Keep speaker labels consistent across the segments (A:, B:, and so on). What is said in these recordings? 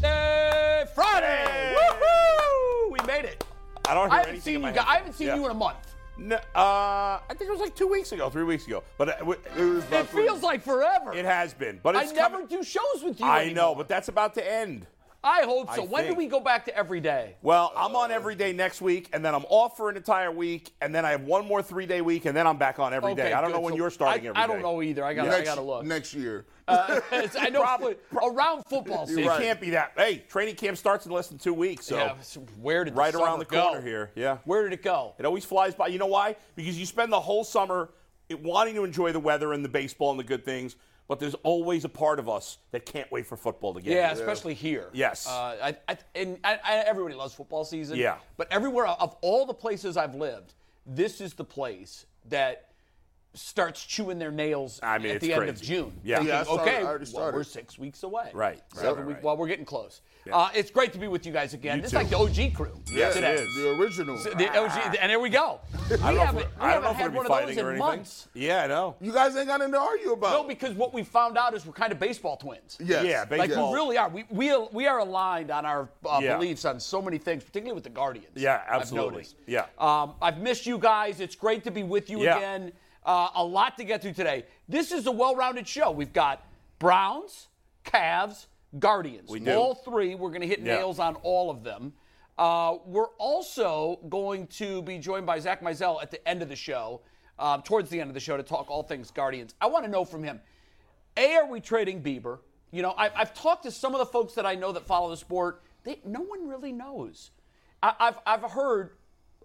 A: Thursday, Friday.
B: Woohoo! We made it. I don't hear
A: I haven't
B: anything
A: seen
B: in
A: you.
B: my
A: Guys,
B: head.
A: I haven't seen
B: Yeah.
A: you in a month.
B: No, uh, I think it was like two weeks ago, three weeks ago. But it, w- it was.
A: It feels like forever.
B: it has been. But
A: I
B: it's
A: never
B: coming-
A: do shows with you.
B: I
A: anymore.
B: know, but that's about to end.
A: I hope
B: I
A: so. when do
B: think.
A: we go back to every day?
B: Well, I'm
A: Oh.
B: on every day next week, and then I'm off for an entire week, and then I have one more three day week, and then I'm back on every day. I don't
A: good.
B: know when
A: So
B: you're starting
A: I,
B: every
A: I don't
B: day.
A: know either. I got. to I got to look. Uh,
C: next year.
A: It's- I know
B: Probably-
A: fo- around football season.
B: It can't be that. Hey, training camp starts in less than two weeks, so
A: Yeah, so where did
B: right
A: the
B: around
A: summer
B: the
A: go?
B: corner here. Yeah.
A: Where did it go?
B: It always flies by. You know why? Because you spend the whole summer it- wanting to enjoy the weather and the baseball and the good things, but there's always a part of us that can't wait for football to get
A: Yeah,
B: here.
A: especially here.
B: Yes.
A: Uh, I, I, and I, I, everybody loves football season.
B: Yeah.
A: But everywhere of all the places I've lived, this is the place that starts chewing their nails
B: I mean,
A: at
B: it's
A: the end of
B: crazy.
A: June.
B: Yeah.
A: thinking,
C: Yeah, I started-
A: okay,
C: I already
A: well, we're
C: started.
A: six weeks away.
B: Right, right,
A: Seven
B: right,
A: weeks.
B: right.
A: Well, we're getting close. Uh, it's great to be with you guys again. this is like the OG crew.
B: Yes,
A: today.
B: it is.
C: The original.
A: So The OG, and there we go. We
B: Ah. I don't know
A: haven't, we
B: if we're- I don't
A: haven't
B: know if
A: had one
B: we're gonna
A: of those
B: be fighting
A: in
B: or anything.
A: monthing. months.
B: Yeah, I know.
C: you guys ain't got nothing to argue
A: No,
C: about.
A: because what we found out is we're kind of baseball twins.
C: yes.
B: Yeah,
A: Like
B: baseball.
A: we really are. We we are, we are aligned on our uh,
B: Yeah.
A: beliefs on so many things, particularly with the Guardians.
B: Yeah,
A: I've
B: absolutely.
A: noticed.
B: Yeah.
A: Um, I've missed you guys. It's great to be with you
B: Yeah.
A: again. Uh, a lot to get through today. This is a well-rounded show. We've got Browns, Cavs, Guardians. We
B: do.
A: All three. We're going to hit
B: Yeah.
A: nails on all of them. Uh, we're also going to be joined by Zach Mizell at the end of the show, uh, towards the end of the show, to talk all things Guardians. I want to know from him. A, are we trading Bieber? You know, I, I've talked to some of the folks that I know that follow the sport. They, no one really knows. I, I've, I've heard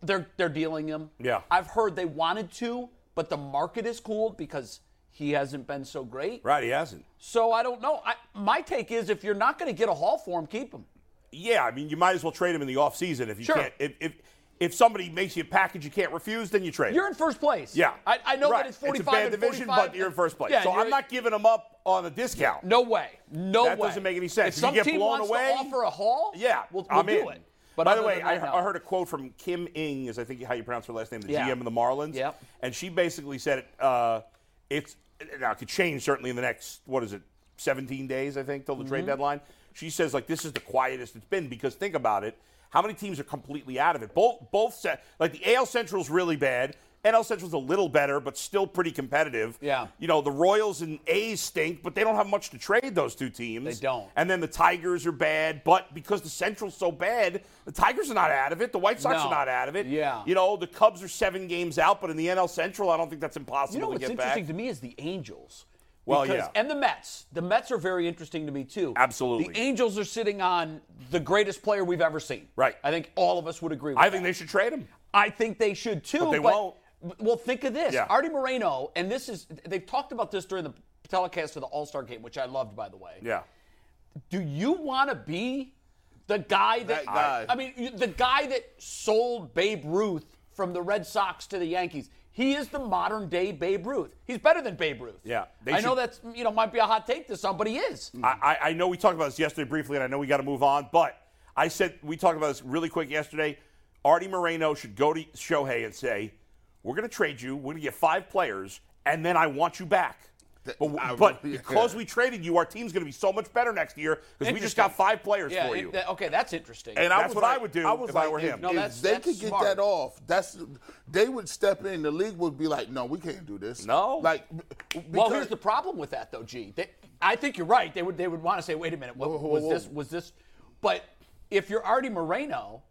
A: they're, they're dealing him.
B: Yeah.
A: I've heard they wanted to, but the market is cooled because he hasn't been so great.
B: right, he hasn't.
A: So I don't know. I, my take is if you're not going to get a haul for him, keep him.
B: Yeah, I mean, you might as well trade him in the offseason if you
A: Sure.
B: can't. If, if if somebody makes you a package you can't refuse, then you trade. him.
A: You're in first place.
B: yeah,
A: I, I know
B: Right.
A: that it's 45
B: It's a bad
A: and
B: division,
A: 45.
B: but you're in first place.
A: Yeah,
B: so
A: you're-
B: I'm not giving him up on a discount.
A: No way. No way.
B: That doesn't make any sense.
A: If
B: If
A: some
B: you get
A: team
B: blown
A: wants
B: away-
A: to offer a haul,
B: Yeah,
A: we'll, we'll
B: I'm
A: do
B: in.
A: it. But
B: by the
A: other
B: way,
A: than
B: I,
A: that, no.
B: I heard a quote from Kim Ing, is I think how you pronounce her last name, the
A: Yeah.
B: GM of the Marlins.
A: Yep.
B: And she basically said uh, it's now it could change certainly in the next what is it, 17 days I think till the
A: Mm-hmm.
B: trade deadline. She says like this is the quietest it's been because think about it, how many teams are completely out of it? Both both set like the AL Central's really bad. NL Central's a little better, but still pretty competitive.
A: Yeah.
B: You know, the Royals and A's stink, but they don't have much to trade those two teams.
A: They don't.
B: And then the Tigers are bad, but because the Central's so bad, the Tigers are not out of it. The White Sox
A: No.
B: are not out of it.
A: Yeah.
B: You know, the Cubs are seven games out, but in the NL Central, I don't think that's impossible
A: You know
B: to
A: what's
B: get
A: interesting
B: back.
A: to me is the Angels.
B: Well,
A: Because-
B: yeah.
A: And the Mets. The Mets are very interesting to me, too.
B: Absolutely.
A: The Angels are sitting on the greatest player we've ever seen.
B: Right.
A: I think all of us would agree with
B: I
A: that.
B: think they should trade him.
A: I think they should too.
B: But they won't.
A: Well, think of this.
B: Yeah.
A: Artie Moreno, and this is, they've talked about this during the telecast of the All Star game, which I loved, by the way.
B: Yeah.
A: Do you want to be the guy that,
C: That guy.
A: I mean, you- the guy that sold Babe Ruth from the Red Sox to the Yankees? He is the modern day Babe Ruth. He's better than Babe Ruth.
B: Yeah, they
A: I know
B: should-
A: that's you know might be a hot take to some, but he is.
B: I, I I know we talked about this yesterday briefly, and I know we got to move on, but I said we talked about this really quick yesterday. Artie Moreno should go to Shohei and say, We're going to trade you. We're going to get five players, and then I want you back.
C: Th-
B: But,
C: I-
B: but
C: yeah.
B: because we traded you, our team's going to be so much better next year because we just
A: Interesting.
B: got five players
A: yeah.
B: for
A: it-
B: you.
A: that- okay, that's interesting.
B: And That's
C: was
B: what I would do if I were
C: if-
B: him.
A: No,
C: if
A: that's-
C: they
A: that's
C: could get
A: smart.
C: that off, that's they would step in. The league would be like, no, we can't do this.
B: No.
C: Like, b-
A: well,
C: because-
A: here's the problem with that though, G. They, I think you're right. They would they would want to say, wait a minute, what,
C: Whoa, whoa,
A: was
C: whoa.
A: this was this? But if you're Artie Moreno,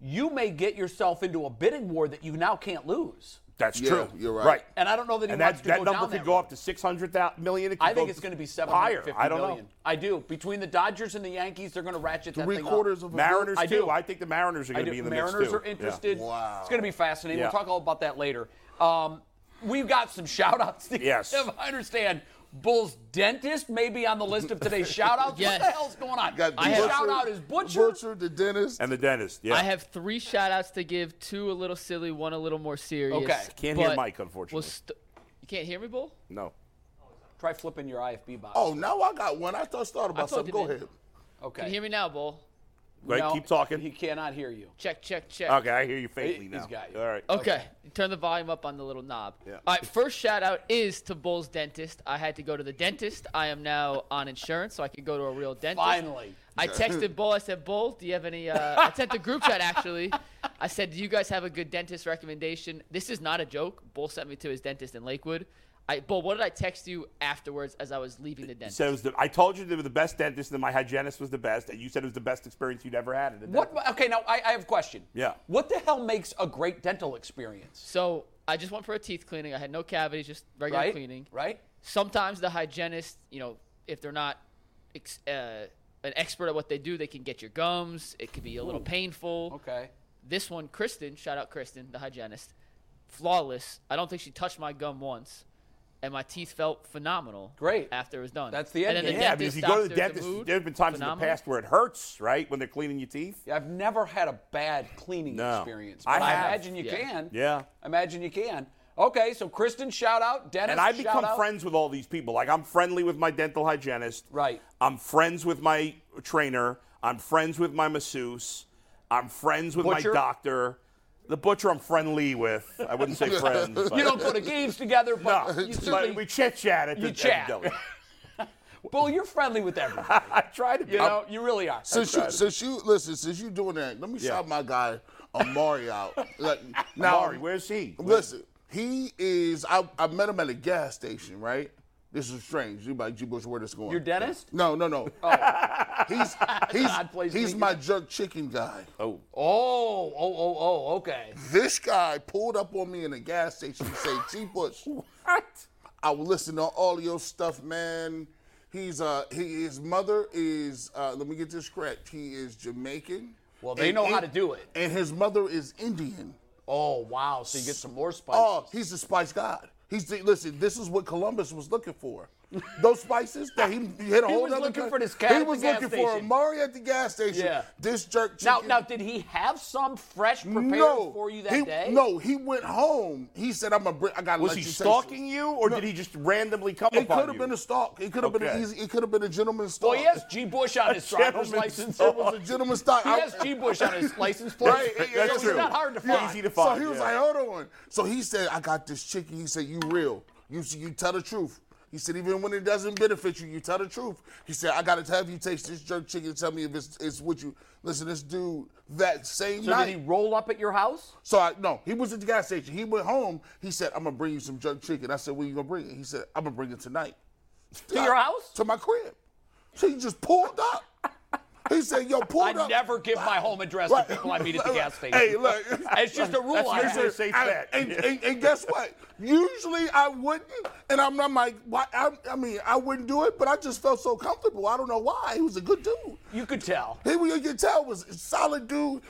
A: you may get yourself into a bidding war that you now can't lose.
B: That's
C: Yeah,
B: true.
C: you're right.
B: Right.
A: And I don't know that he
B: And
A: wants
B: that,
A: to
B: that
A: go
B: number
A: down
B: could
A: that
B: go
A: road.
B: up to 600 million. It could
A: I think
B: go
A: it's going to be
B: higher.
A: 750
B: I don't
A: million.
B: know.
A: I do. Between the Dodgers and the Yankees, they're going to ratchet that
C: Three
A: thing
C: quarters
A: up.
C: of a
B: Mariners
A: I
B: too.
A: do.
B: I think the Mariners are
A: I
B: going to
A: do-
B: be in the mix
A: Mariners
B: too.
A: are interested.
C: Yeah. Wow.
A: It's going to be fascinating.
B: Yeah.
A: We'll talk all about that later. Um, we've got some shout outs to
B: Yes.
A: give. I understand Bull's dentist may be on the list of today's shout outs.
D: Yes.
A: What the hell's going on?
C: Got
D: I have-
A: shout out is Butcher.
C: the dentist.
B: And the dentist. Yeah.
D: I have three shout outs to give two a little silly, one a little more serious.
A: Okay.
B: Can't hear
D: but
B: Mike,
D: we'll
B: unfortunately.
D: st- you can't hear me, Bull?
B: no.
A: Try flipping your IFB box.
C: Oh, now I got one. I thought thought
D: I
C: about something.
D: told you,
C: Go
D: man.
C: ahead.
A: okay.
D: Can you hear me now, Bull?
B: Right.
A: No,
B: Keep talking.
A: He cannot hear you.
D: Check, check, check.
B: okay, I hear you faintly
A: He-
B: now.
A: he's got you.
B: All right.
D: Okay. Turn the volume up on the little knob.
B: Yeah.
D: All right. First shout out is to Bull's dentist. I had to go to the dentist. I am now on insurance, so I could go to a real dentist.
A: Finally.
D: I texted Bull. I said, Bull, do you have any? Uh, I sent the group chat actually. I said, do you guys have a good dentist recommendation? This is not a joke. Bull sent me to his dentist in Lakewood. I, Bull, what did I text you afterwards as I was leaving the
B: You
D: dentist?
B: said it was the, I told you they were the best dentist, and my hygienist was the best, and you said it was the best experience you'd ever had. At a
A: What?
B: dentist.
A: Okay, now I, I have a question.
B: Yeah.
A: What the hell makes a great dental experience?
D: so I just went for a teeth cleaning. I had no cavities, just regular
A: right?
D: cleaning.
A: Right?
D: sometimes the hygienist, you know, if they're not ex- uh, an expert at what they do, they can get your gums. It could be a little painful.
A: Okay.
D: This one, Kristen, shout out Kristen, the hygienist, flawless. I don't think she touched my gum once, and my teeth felt phenomenal.
A: Great.
D: After it was done.
A: That's the
D: And
A: end
D: then
A: game.
D: the
B: yeah, I mean, if
D: dentist
B: you go to the
D: doctor,
B: dentist,
D: mood,
B: there have been times in the
D: phenomenal.
B: past where it hurts, right, when they're cleaning your teeth.
A: Yeah, I've never had a bad cleaning
B: No.
A: experience.
B: I
A: But I,
B: have.
A: imagine you
D: Yeah.
A: can.
B: Yeah.
A: Imagine you can. Okay, so Kristen, shout out. Dennis,
B: And I
A: shout
B: become
A: out.
B: friends with all these people. Like I'm friendly with my dental hygienist.
A: Right.
B: I'm friends with my trainer. I'm friends with my masseuse. I'm friends with
A: Butcher?
B: my doctor. The butcher I'm friendly with. I wouldn't say friends. But
A: You don't go to games together,
B: No,
A: but you certainly,
B: but we chit chat at the
A: you
B: at the
A: chat.
B: deli.
A: Bull, you're friendly with everyone.
B: I try to be.
A: You know, you really are.
C: Since you, since you listen, since you doing that, let me shout my guy Amari out. Like, now,
B: Mari, where's he?
C: Listen, he is. I, I met him at a gas station, right? This is strange. You like, G. Bush, where this going?
A: Your dentist?
C: No, no, no.
A: Oh.
C: He's
A: odd place
C: he's
A: to
C: he's
A: meet
C: my
A: you.
C: jerk chicken guy.
A: Oh, oh, oh, oh, okay.
C: This guy pulled up on me in a gas station and said, G. Bush,
B: What?
C: I will listen to all your stuff, man. He's uh, he, his mother is. Uh, let me get this correct. He is Jamaican.
A: Well, they
C: And
A: know how
C: in-
A: to do it.
C: And his mother is Indian.
A: Oh, wow. So you get some more spices.
C: Oh, he's the spice god. He's the, listen. This is what Columbus was looking for. Those spices that he, he hit a
A: He
C: whole
A: was
C: nother
A: looking
C: coun-
A: for this cat
C: He
A: at the
C: was
A: gas
C: looking for
A: station.
C: Amari at the gas station.
A: Yeah.
C: This jerk
A: now,
C: chicken.
A: now, did he have some fresh prepared
C: no,
A: for you that
C: he,
A: day?
C: No, he went home. He said, "I'm a. Br- I got."
B: Was he stalking you, or did he just randomly come
C: It
B: upon
C: could
B: you?
C: have been a stalk. It could have been
B: Okay.
C: an easy. It could have been a gentleman's stalk.
A: Well, he has Oh, G. Bush on his driver's
B: gentleman's
A: license.
C: It was a gentleman's stalk.
A: He
C: I-
A: has G. Bush on his license plate.
C: Right,
A: So
C: that's
A: it's
C: true.
A: not hard to
B: Yeah,
A: find.
B: easy to
C: So
B: find.
C: he was
B: yeah.
C: like, hold on. So he said, I got this chicken. He said, you real. You s- you tell the truth. He said, even when it doesn't benefit you, you tell the truth. He said, I gotta have you taste this jerk chicken. and Tell me if it's it's what you listen. This dude that same
A: So
C: night.
A: did he roll up at your house?
C: so I no, he was at the gas station. He went home. He said, I'm gonna bring you some jerk chicken. I said, Where you gonna bring it? He said, I'm gonna bring it tonight.
A: To your house?
C: To my crib. So he just pulled up. He said, Yo, pull
A: I
C: up.
A: never give my home address
C: Right.
A: to people I meet at the gas station.
C: Hey, look.
A: It's just a rule I have.
B: usually a safe
C: I-
B: bet.
C: and, and- and guess what? Usually I wouldn't, and I'm, I'm like, why? I, I mean, I wouldn't do it, but I just felt so comfortable. I don't know why. He was a good dude.
A: You could tell.
C: He was, you could tell, was a solid dude.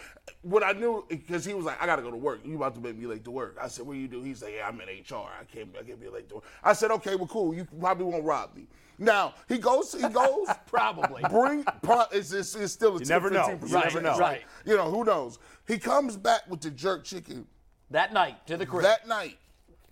C: What I knew, because he was like, I gotta go to work. You about to make me late to work? I said, What you do? He's like, Yeah, I'm in HR. I can't, I can't be late to work. I said, Okay, well, cool. You probably won't rob me. Now he goes, he goes.
A: Probably.
C: Bring pro, it's, it's, it's still a
B: You never know.
C: 10, 15%
B: You never know.
C: chance.
A: Right.
C: You know who knows? He comes back with the jerk chicken
A: That night to the crib.
C: that night,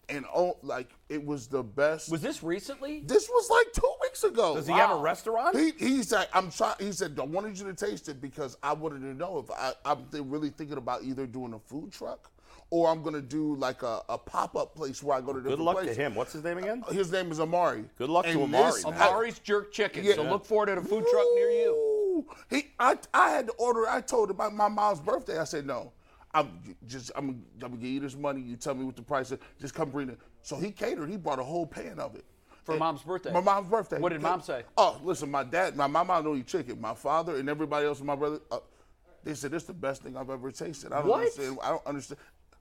C: and oh, like it was the best.
A: was this recently?
C: this was like two weeks ago.
B: Does he have a restaurant?
C: He, he said, "I'm trying." He said, "I wanted you to taste it because I wanted to know if I, I'm th- really thinking about either doing a food truck or I'm gonna do like a, a pop up place where I go to
B: Good
C: different
B: luck to
C: places." Uh,
B: him. What's his name again?
A: Uh,
C: His name is Amari.
B: Good luck to
C: And
B: Amari, man.
A: Amari's jerk chicken.
C: Yeah.
A: So look for it at a food truck near you.
C: Ooh. He, I, I had to order. I told him my, my mom's birthday. I said no. I'm just I'm, I'm gonna give you this money. You tell me what the price is. Just come bring it. So he catered. He brought a whole pan of it,
A: For mom's birthday.
C: My mom's birthday.
A: What did mom say?
C: Oh, listen, my dad, my, my mom only chicken. My father and everybody else, and my brother, uh, they said it's the best thing I've ever tasted. I don't
A: What?
C: understand. I don't understand.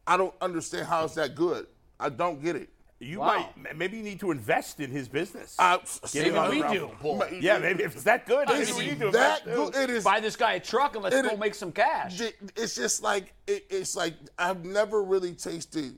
C: I don't understand how it's that good. I don't get it.
B: You
A: Wow. Uh,
B: might maybe you need to invest in his business.
C: I,
B: Maybe
C: I-
B: we
C: I-
B: do,
C: Ma-
B: yeah, maybe if it's that good, maybe
C: It's
B: we need to invest
C: that
B: too.
C: good. It is.
A: Buy this guy a truck and let's
C: It-
A: go make some cash.
C: It's just like it, it's like I've never really tasted.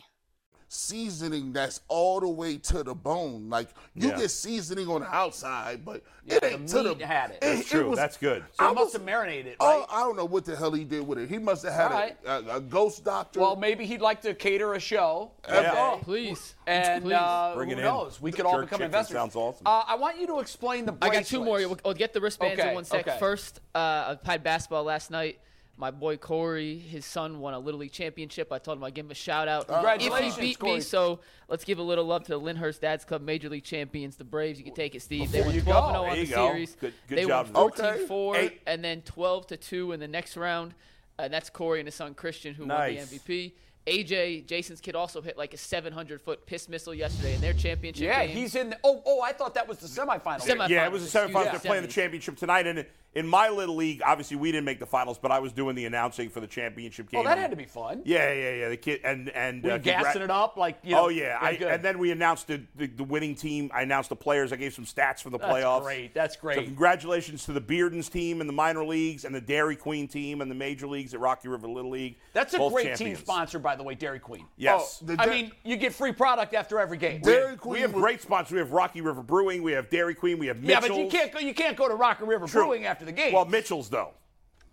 C: seasoning that's all the way to the bone. Like you
B: Yeah.
C: get seasoning on the outside, but it
A: the
C: ain't to the
A: meat had it.
B: That's true. That's good.
A: So
C: I
A: he must
C: was-
A: have marinated,
C: Oh,
A: right?
C: I don't know what the hell he did with it. He must have had
A: Alright.
C: a, a, a ghost doctor.
A: well, maybe he'd like to cater a show.
B: Yeah.
A: Okay.
D: Please.
A: And
D: Please.
A: uh,
B: Bring
A: who
B: it in.
A: knows? We could all
B: Jerk
A: become
B: chicken
A: investors.
B: sounds awesome.
A: Uh, I want you to explain the
D: I
A: bracelets.
D: got two more. We'll, we'll get the wristbands
A: Okay,
D: in one sec.
A: okay.
D: First, uh, I played basketball last night. My boy Corey, his son, won a Little League championship. I told him I'd give him a shout out.
A: Oh, Congratulations,
D: if he beat
A: Corey.
D: me, so let's give a little love to the Lyndhurst Dads Club Major League champions, the Braves. You can take it, Steve. They
A: There
D: won
A: you
D: 12
A: go.
D: 0 on
B: There
D: the
B: you go.
D: series.
B: Good- good
D: they
B: job,
D: won
B: Nick.
D: 14 4
B: Okay. Eight.
D: and then 12 to 2 in the next round. And that's Corey and his son Christian, who won
B: Nice.
D: the MVP. AJ, Jason's kid, also hit like a 700 foot piss missile yesterday in their championship
A: Yeah,
D: game.
A: he's in. The, oh, oh, I thought that was the semifinal.
D: Semi-
B: Yeah, it was the
D: Excuse me,
B: semifinals. They're playing the
D: 70s.
B: championship tonight, and in my little league, obviously we didn't make the finals, but I was doing the announcing for the championship game.
A: Oh, that had to be fun.
B: Yeah, yeah, yeah. The kid and and
A: Were you
B: uh, congrat-
A: gassing it up like? You know,
B: oh yeah,
A: very
B: I,
A: good.
B: and then we announced the, the, the winning team. I announced the players. I gave some stats for the
A: That's
B: playoffs.
A: great. That's great.
B: So congratulations to the Bearden's team and the minor leagues and the Dairy Queen team and the major leagues at Rocky River Little League.
A: That's a
B: Both
A: great team
B: champions.
A: sponsor, by the way, Dairy Queen.
B: Yes.
C: Oh, the
A: I
C: Dai-
A: mean, you get free product after every game.
C: Dairy Queen
B: we have
C: was-
B: great sponsors. We have Rocky River Brewing. We have Dairy Queen. We have
A: yeah,
B: Mitchell's.
A: but you can't go. You can't go to Rocker River
B: True.
A: Brewing after the game.
B: Well, Mitchell's though.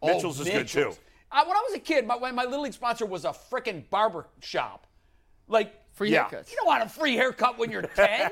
A: Oh,
B: Mitchell's is good
A: Mitchell's.
B: too.
A: I, when I was a kid, my when my little league sponsor was a frickin' barber shop. Like
D: Free
B: Yeah.
D: haircuts.
A: you don't want a free haircut when you're ten.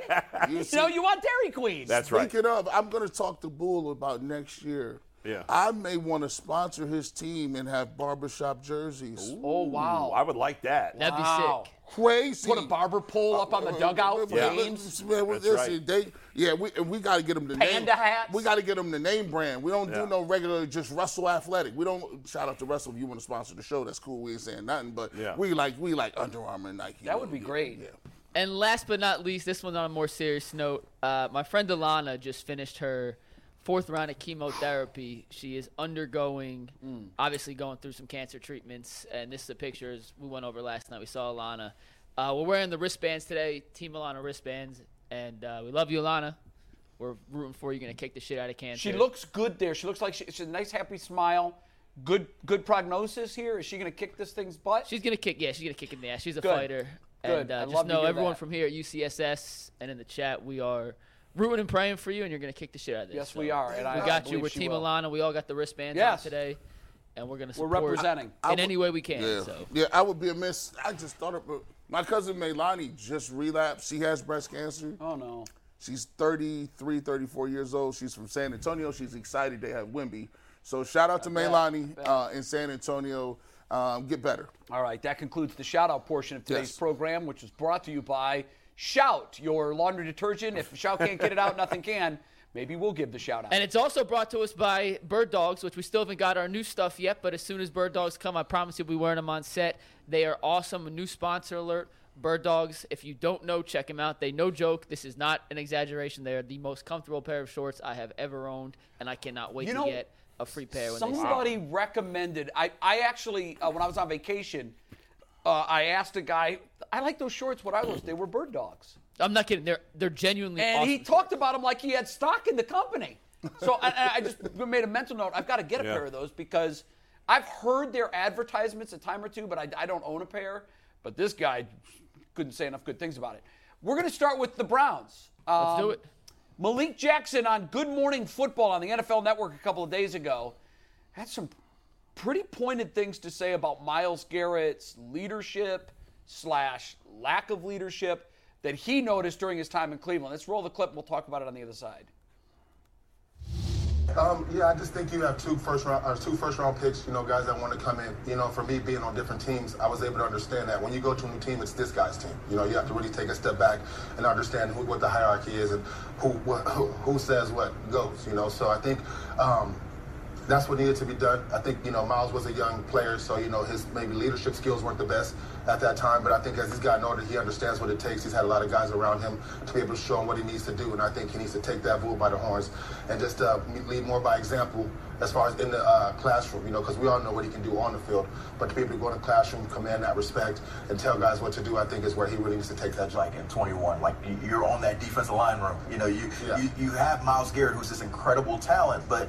A: you
C: see-
A: know, you want Dairy Queen.
B: That's right.
C: Speaking of, I'm going to talk to Bull about next year.
B: Yeah.
C: I may want to sponsor his team and have barbershop jerseys.
A: Oh wow.
B: Oh, I would like that.
D: That'd be
A: Wow.
D: sick.
C: Crazy.
A: Put a barber pole up on the dugout for
C: Yeah.
A: games.
C: Man,
B: That's
C: listen,
B: right.
C: they, yeah, we and we got to get them the
A: Panda
C: name.
A: hats.
C: We got to get them the name brand. We don't
B: Yeah.
C: do no regular just Russell Athletic. We don't shout out to Russell if you want to sponsor the show. That's cool. We ain't saying nothing, but
B: Yeah.
C: we like we like Under Armour and Nike.
A: That would be
C: Yeah,
A: great.
C: Yeah.
D: And last but not least, this one on a more serious note. Uh, my friend Alana just finished her fourth round of chemotherapy. She is undergoing,
A: Mm.
D: obviously going through some cancer treatments. And this is the pictures we went over last night. We saw Alana. Uh, we're wearing the wristbands today, Team Alana wristbands. And uh, we love you, Alana. We're rooting for you. Going to kick the shit out of cancer.
A: She looks good there. She looks like she, she's a nice, happy smile. Good, good prognosis here. Is she going to kick this thing's butt?
D: She's gonna kick. Yeah, she's gonna kick in the ass. She's a
A: Good.
D: fighter.
A: Good.
D: And
A: I
D: uh, just
A: love to
D: know
A: hear
D: everyone
A: that.
D: from here at UCSS and in the chat, we are rooting and praying for you, and you're gonna kick the shit out of this.
A: Yes, we are, and
D: we
A: I- I
D: got you.
A: believe
D: We're
A: she
D: Team
A: will.
D: Alana. We all got the wristbands
A: Yes.
D: on today, and we're gonna
A: We're
D: support
A: representing.
D: in any way we can.
C: Yeah.
D: So
C: yeah, I would be amiss. I just thought of my cousin Melani just relapsed. She has breast cancer.
A: Oh no.
C: She's 33, 34 years old. She's from San Antonio. She's excited they have Wimby. So shout out to Melani uh, in San Antonio. Um, get better.
A: All right, that concludes the shout out portion of today's
C: Yes.
A: program, which was brought to you by Shout, your laundry detergent. If Shout can't get it out, nothing can. Maybe we'll give the shout out.
D: And it's also brought to us by Bird Dogs, which we still haven't got our new stuff yet, but as soon as Bird Dogs come, I promise you'll be wearing them on set. They are awesome. A new sponsor alert. Bird Dogs, if you don't know, check them out. They no joke. This is not an exaggeration. They are the most comfortable pair of shorts I have ever owned, and I cannot wait
A: You know,
D: to get a free pair when they sell.
A: Somebody recommended. I, I actually, uh, when I was on vacation, uh, I asked a guy, I like those shorts. What I was, they were bird dogs.
D: I'm not kidding. They're they're genuinely
A: And
D: awesome.
A: he talked about them like he had stock in the company. So I- I, I just made a mental note. I've got to get a
B: Yeah.
A: pair of those because I've heard their advertisements a time or two, but I, I don't own a pair. But this guy couldn't say enough good things about it. We're going to start with the Browns.
D: Let's do
A: Um,
D: it.
A: Malik Jackson on Good Morning Football on the NFL Network a couple of days ago had some pretty pointed things to say about Miles Garrett's leadership slash lack of leadership that he noticed during his time in Cleveland. Let's roll the clip and we'll talk about it on the other side.
C: Um, yeah, I just think you have two first round or two first round picks. You know, guys that want to come in. You know, for me being on different teams, I was able to understand that when you go to a new team, it's this guy's team. You know, you have to really take a step back and understand who, what the hierarchy is and who what who, who says what goes. You know, so I think um, that's what needed to be done. I think you know Miles was a young player, so you know his maybe leadership skills weren't the best at that time. But I think as he's gotten older, he understands what it takes. He's had a lot of guys around him to be able to show him what he needs to do, and I think he needs to take that bull by the horns and just uh, lead more by example as far as in the uh, classroom. You know, because we all know what he can do on the field, but to be able to go in the classroom, command that respect, and tell guys what to do, I think is where he really needs to take that.
E: like in 21. Like y- you're on that defensive line room. You know, you
C: Yeah.
E: you, you have Miles Garrett, who's this incredible talent, but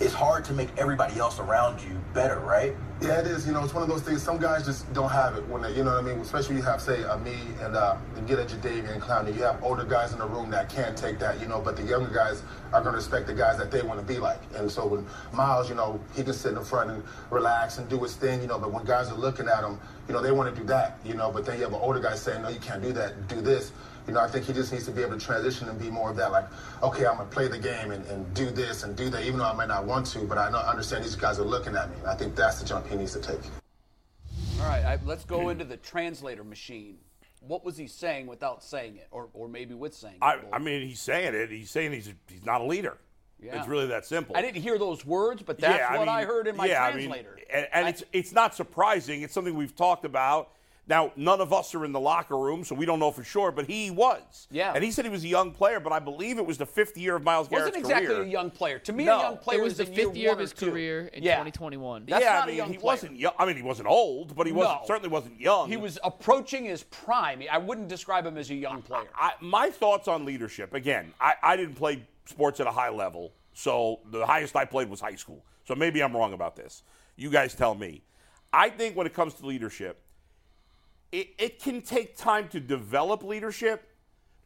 E: it's hard to make everybody else around you better, right?
C: Yeah, it is. You know, it's one of those things. Some guys just don't have it when they, you know what I mean. Especially you have, say, a me and uh, you get a Jadavian Clowney. You have older guys in the room that can take that, you know. But the younger guys are going to respect the guys that they want to be like. And so when Miles, you know, he can sit in the front and relax and do his thing, you know. But when guys are looking at him, you know, they want to do that, you know. But then you have an older guy saying, no, you can't do that. Do this. You know, I think he just needs to be able to transition and be more of that, like, okay, I'm gonna play the game and, and do this and do that, even though I might not want to, but I know understand these guys are looking at me. And I think that's the jump he needs to take.
A: All right, I, let's go into the translator machine. What was he saying without saying it, or, or maybe with saying it?
B: I,
A: Bull?
B: I mean, he's saying it. He's saying he's he's not a leader.
A: Yeah.
B: It's really that simple.
A: I didn't hear those words, but that's
B: Yeah,
A: what I,
B: mean,
A: heard in my
B: yeah, I mean,
A: translator.
B: and and it's it's not surprising. It's something we've talked about. Now, none of us are in the locker room, so we don't know for sure. But he was.
A: Yeah.
B: And he said he was a young player, but I believe it was the fifth year of Miles
A: wasn't
B: Garrett's
A: exactly
B: career.
A: a young player. To me,
B: No,
A: a young player
D: It was
A: is
D: the
A: in
D: fifth year
A: one
D: of his
A: or two.
D: career in
A: Yeah.
D: 2021.
A: That's
B: yeah,
A: not
B: I
A: a
B: mean,
A: young
B: he
A: player.
B: wasn't. Young. I mean, he wasn't old, but he wasn't
A: No.
B: certainly wasn't young.
A: He was approaching his prime. I wouldn't describe him as a young player.
B: I, my thoughts on leadership again I, I didn't play sports at a high level so the highest i played was high school so maybe i'm wrong about this you guys tell me i think when it comes to leadership it, it can take time to develop leadership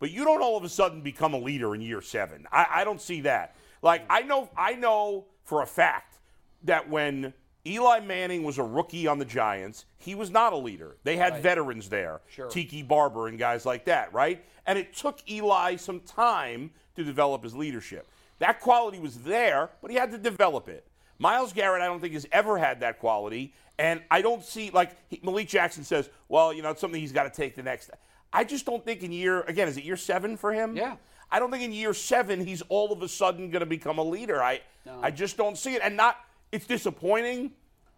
B: but you don't all of a sudden become a leader in year seven i, I don't see that like i know i know for a fact that when Eli Manning was a rookie on the Giants. He was not a leader. They had veterans there.
A: Sure.
B: Tiki Barber and guys like that, right? And it took Eli some time to develop his leadership. That quality was there, but he had to develop it. Miles Garrett, I don't think, has ever had that quality. And I don't see, like, he, Malik Jackson says, well, you know, it's something he's got to take the next. I just don't think in year, again, is it year seven for him?
A: Yeah.
B: I don't think in year seven he's all of a sudden going to become a leader. I, I just don't see it. And not, it's disappointing,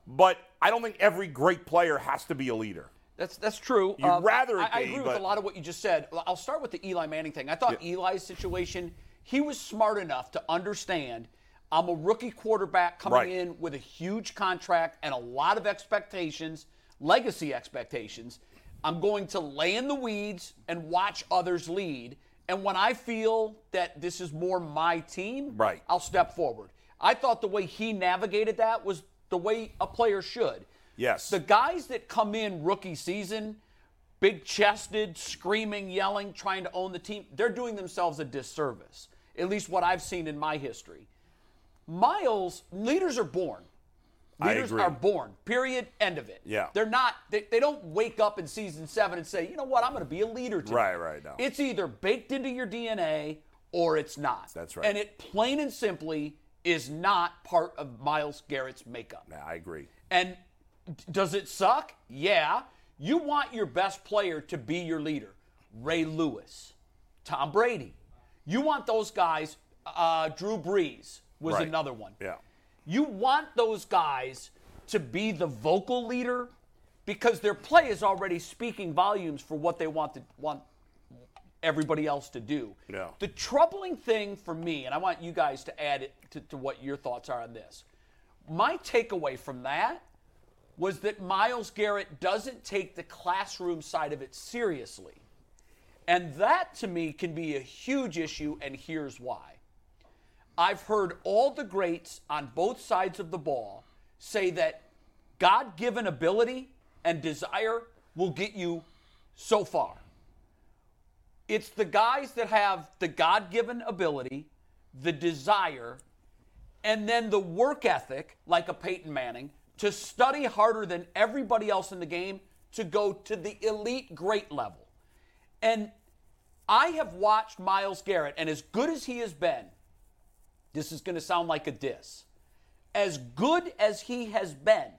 B: but I don't think every great player has to be a leader.
A: That's that's true. Um,
B: You'd rather it
A: I, I
B: be,
A: agree with
B: but-
A: a lot of what you just said. Well, I'll start with the Eli Manning thing. I thought Eli's situation, he was smart enough to understand I'm a rookie quarterback coming
B: Right.
A: in with a huge contract and a lot of expectations, legacy expectations. I'm going to lay in the weeds and watch others lead. And when I feel that this is more my team,
B: Right.
A: I'll step forward. I thought the way he navigated that was the way a player should.
B: Yes.
A: The guys that come in rookie season, big chested, screaming, yelling, trying to own the team, they're doing themselves a disservice. At least what I've seen in my history. Miles, leaders are born.
B: I
A: Leaders
B: agree.
A: are born. Period. End of it.
B: Yeah.
A: They're not. They, they don't wake up in season seven and say, you know what, I'm going to be a leader. Today.
B: Right, right, no.
A: It's either baked into your DNA or it's not.
B: That's right.
A: And it plain and simply is not part of Miles Garrett's makeup.
B: Yeah, I agree.
A: And d- does it suck? Yeah. You want your best player to be your leader. Ray Lewis, Tom Brady. You want those guys. Uh, Drew Brees was
B: Right.
A: another one.
B: Yeah.
A: You want those guys to be the vocal leader because their play is already speaking volumes for what they want to want everybody else to do.
B: Yeah.
A: The troubling thing for me, and I want you guys to add it to, to what your thoughts are on this. My takeaway from that was that Miles Garrett doesn't take the classroom side of it seriously. And that to me can be a huge issue, and here's why. I've heard all the greats on both sides of the ball say that God given ability and desire will get you so far. It's the guys that have the God given ability, the desire, and then the work ethic, like a Peyton Manning, to study harder than everybody else in the game to go to the elite great level. And I have watched Miles Garrett, and as good as he has been, this is going to sound like a diss. As good as he has been,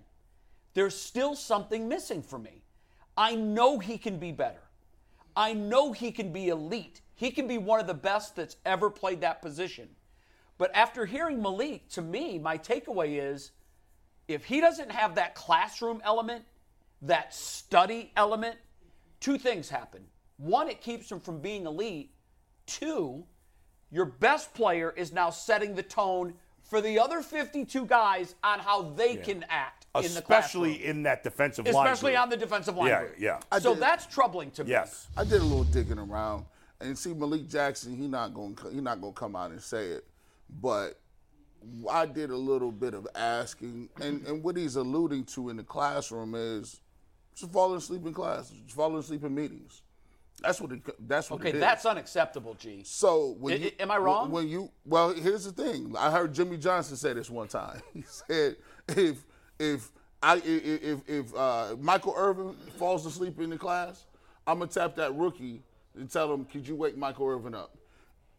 A: there's still something missing for me. I know he can be better. I know he can be elite. He can be one of the best that's ever played that position. But after hearing Malik, to me, my takeaway is if he doesn't have that classroom element, that study element, two things happen. One, it keeps him from being elite. Two, your best player is now setting the tone for the other 52 guys on how they can act in the classroom.
B: especially in that defensive line.
A: Especially
B: group.
A: on the defensive line.
B: Yeah,
A: group.
B: yeah.
A: So
C: did-
A: that's troubling to me.
B: Yes.
C: I did a little digging around, and see Malik Jackson. He not gonna co- he not gonna come out and say it, but I did a little bit of asking, and and what he's alluding to in the classroom is just falling asleep in class, just falling asleep in meetings. That's what it, co- that's what.
A: Okay,
C: it is.
A: that's unacceptable, G.
C: So when
A: I-
C: you,
A: I- am I wrong?
C: When you well, here's the thing. I heard Jimmy Johnson say this one time. He said, "If if I i- i- if if uh, Michael Irvin falls asleep in the class, I'm gonna tap that rookie and tell him, could you wake Michael Irvin up?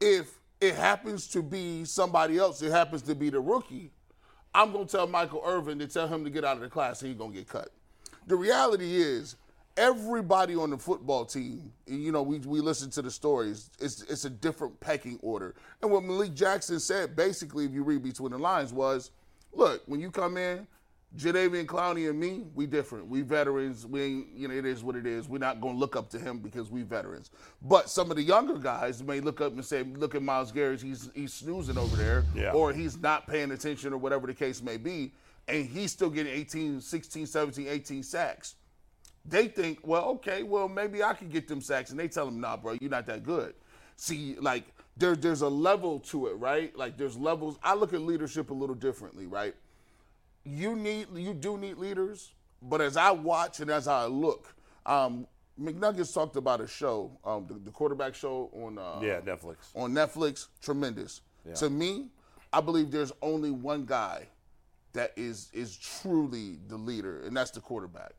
C: If it happens to be somebody else, it happens to be the rookie. I'm gonna tell Michael Irvin to tell him to get out of the class. He's gonna get cut. The reality is, everybody on the football team, you know, we, we listen to the stories. It's it's a different pecking order. And what Malik Jackson said, basically, if you read between the lines, was, look, when you come in, Jadavian Clowney and me, we different. We veterans. We ain't, you know, it is what it is. We're not gonna look up to him because we veterans. But some of the younger guys may look up and say, look at Miles Garrett, he's he's snoozing over there,
B: Yeah.
C: or he's not paying attention or whatever the case may be, and he's still getting 18, 16, 17, 18 sacks they think, well, okay, well, maybe I could get them sacks. And they tell them, nah, bro, you're not that good. See, like, there, there's a level to it, right? Like, there's levels. I look at leadership a little differently, right? You need, you do need leaders, but as I watch and as I look, um, McNuggets talked about a show, um, the, the quarterback show on uh,
B: Yeah, Netflix.
C: on Netflix, tremendous. To me, I believe there's only one guy that is is truly the leader, and that's the quarterback.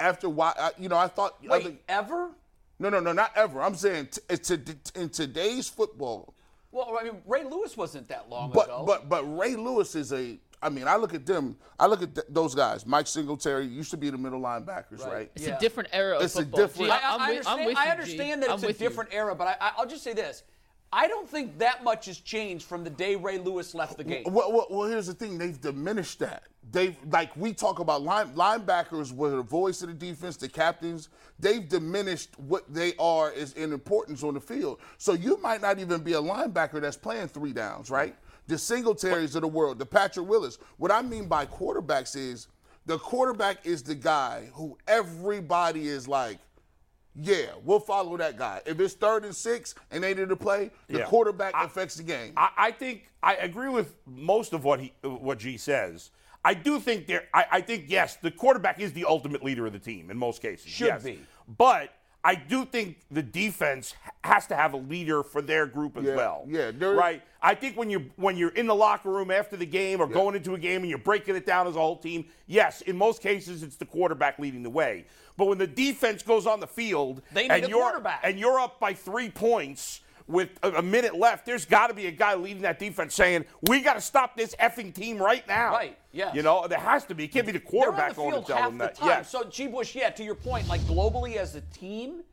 C: After why, I, you know, I thought
A: Wait,
C: other-
A: ever?
C: no, no, no, not ever. I'm saying t- it's to, in today's football,
A: Well, I mean, Ray Lewis wasn't that long
C: but
A: ago.
C: but but Ray Lewis is a. I mean, I look at them. I look at th- those guys. Mike Singletary used to be the middle linebackers, right?
D: It's
A: Yeah.
D: a different era of
C: It's a
D: football.
C: different-
D: Gee,
A: I, I-
D: I'm
A: I
D: with- I'm
A: understand,
D: with
A: I
D: you, G.
A: understand that
D: I'm
A: it's a
D: with you.
A: different era, but I, I, will just say this. I don't think that much has changed from the day Ray Lewis left the game.
C: Well, well, well, here's the thing. They've diminished that. They've like we talk about line, linebackers were the voice of the defense, the captains. They've diminished what they are is in importance on the field. So you might not even be a linebacker that's playing three downs, right? The Singletaries of the world, the Patrick Willis. What I mean by quarterbacks is the quarterback is the guy who everybody is like, yeah, we'll follow that guy. If it's third and six and they did a play, the
B: Yeah.
C: quarterback affects the game.
B: I, I think I agree with most of what he what G says. I do think there. I, I think yes, the quarterback is the ultimate leader of the team in most cases.
A: Should
B: yes.
A: be.
B: but I do think the defense has to have a leader for their group as
C: Yeah,
B: well.
C: yeah, there-
B: right. I think when you're when you're in the locker room after the game or going into a game and you're breaking it down as a whole team, yes, in most cases it's the quarterback leading the way. But when the defense goes on the field
A: They need
B: and
A: a
B: you're
A: quarterback.
B: and you're up by three points with a, a minute left, there's got to be a guy leading that defense saying, "We got to stop this effing team right now."
A: Right, yes.
B: You know, there has to be. It can't be the
A: They're on the
B: quarterback going to
A: field
B: tell
A: half
B: them
A: the
B: that.
A: time.
B: Yes.
A: So, G. Bush, yeah, to your point, like globally as a team,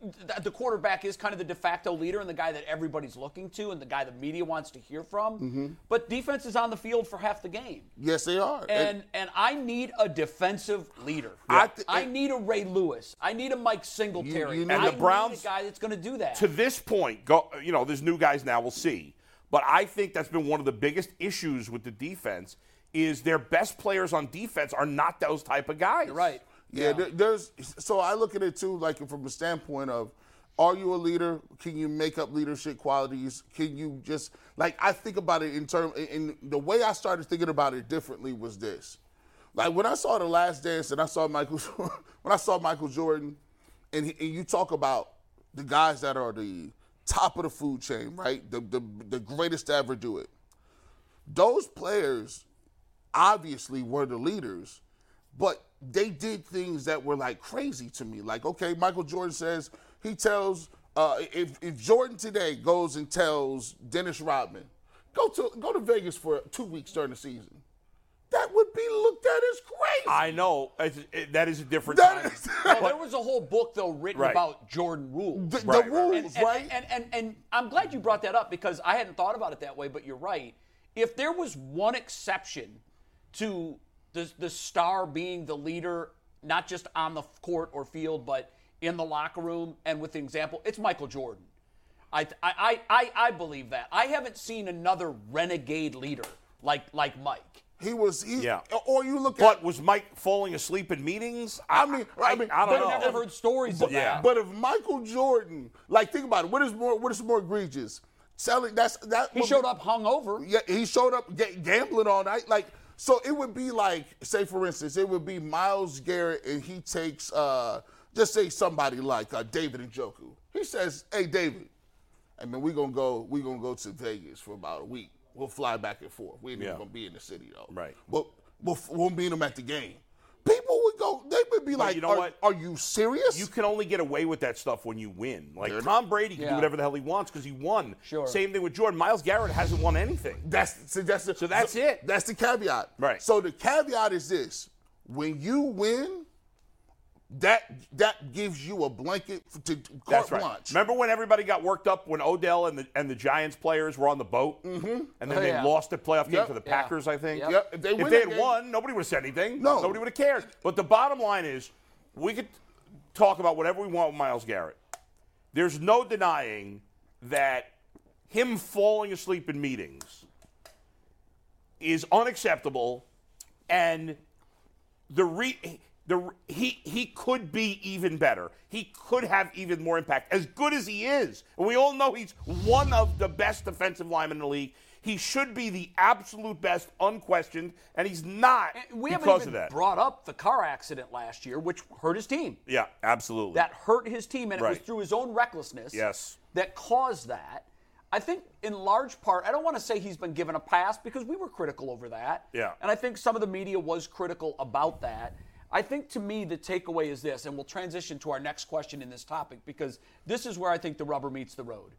A: th- the quarterback is kind of the de facto leader and the guy that everybody's looking to and the guy the media wants to hear from.
B: Mm-hmm.
A: But defense is on the field for half the game.
C: yes, they are.
A: And and I need a defensive leader.
C: I
A: I,
C: th-
A: need a Ray Lewis. I need a Mike Singletary.
C: you need-
B: And
A: I
B: the Browns-
A: need a guy that's going to do that.
B: to this point, go, you know, there's new guys now. We'll see. But I think that's been one of the biggest issues with the defense is their best players on defense are not those type of guys.
A: You're right.
C: Yeah, there- there's. So I look at it too, like from the standpoint of, are you a leader? Can you make up leadership qualities? Can you just like I think about it in term in the way I started thinking about it differently was this, like when I saw the Last Dance and I saw Michael when I saw Michael Jordan, and, he, and you talk about the guys that are the top of the food chain, right? The the the greatest to ever do it. Those players obviously were the leaders, but they did things that were like crazy to me. Like, okay, Michael Jordan says he tells uh, if if Jordan today goes and tells Dennis Rodman, go to go to Vegas for two weeks during the season, that would be looked at as crazy.
B: I know it's, it, that is a different.
C: That
B: time.
C: is-
A: Well, there was a whole book though written
B: Right.
A: about Jordan rules.
C: the, the
B: Right, right, right.
C: rules,
A: and,
C: right?
A: And, and and I'm glad you brought that up because I hadn't thought about it that way, but you're right. If there was one exception to the the star being the leader, not just on the court or field, but in the locker room and with the example, it's Michael Jordan. I I I, I believe that. I haven't seen another renegade leader like like Mike.
C: he was, he,
B: Yeah.
C: Or you look at
B: But was Mike falling asleep in meetings?
C: I mean, I mean,
B: I
C: but
B: don't
A: I've
B: know.
A: never heard stories of
B: Yeah.
A: that.
C: But if Michael Jordan, like, think about it. What is more? What is more egregious? Selling. That's that.
A: He
C: would
A: showed
C: be-
A: up hungover.
C: Yeah, he showed up ga- gambling all night. Like, so it would be like, say for instance, it would be Miles Garrett, and he takes, uh just say somebody like uh, David and Joku. He says, "Hey, David, I mean, we're gonna go. We're gonna go to Vegas for about a week. We'll fly back and forth. We ain't
B: Yeah.
C: even gonna be in the city though.
B: Right.
C: Well, we'll, we'll meet them at the game. People would go. They would be like,
B: you know
C: are,
B: what?
C: are you serious?
B: You can only get away with that stuff when you win. Like
C: They're-
B: Tom Brady can
A: Yeah.
B: do whatever the hell he wants because he won.
A: Sure.
B: Same thing with Jordan. Miles Garrett hasn't won anything.
C: That's so that's the,
B: So that's it.
C: That's the caveat.
B: Right.
C: So the caveat is this: when you win, that that gives you a blanket f- to carte
B: That's right.
C: blanche.
B: Remember when everybody got worked up when Odell and the and the Giants players were on the boat, mm-hmm. and then
A: Oh,
B: they
A: yeah.
B: lost the playoff game
C: Yep.
B: to the
A: Yeah.
B: Packers, I think.
A: Yep.
C: Yep. If they win that
B: had
C: game-
B: won, nobody would have said anything.
C: No.
B: nobody would have cared. But the bottom line is, we could talk about whatever we want with Miles Garrett. There's no denying that him falling asleep in meetings is unacceptable, and the re the he he could be even better. He could have even more impact. As good as he is, and we all know he's one of the best defensive linemen in the league. He should be the absolute best, unquestioned, and he's not
A: We haven't
B: because
A: even
B: of that.
A: brought up the car accident last year, which hurt his team.
B: yeah, absolutely.
A: that hurt his team, and it was
B: Right.
A: through his own recklessness
B: Yes.
A: that caused that. I think, in large part, I don't want to say he's been given a pass because we were critical over that.
B: Yeah.
A: And I think some of the media was critical about that. I think to me, the takeaway is this, and we'll transition to our next question in this topic because this is where I think the rubber meets the road.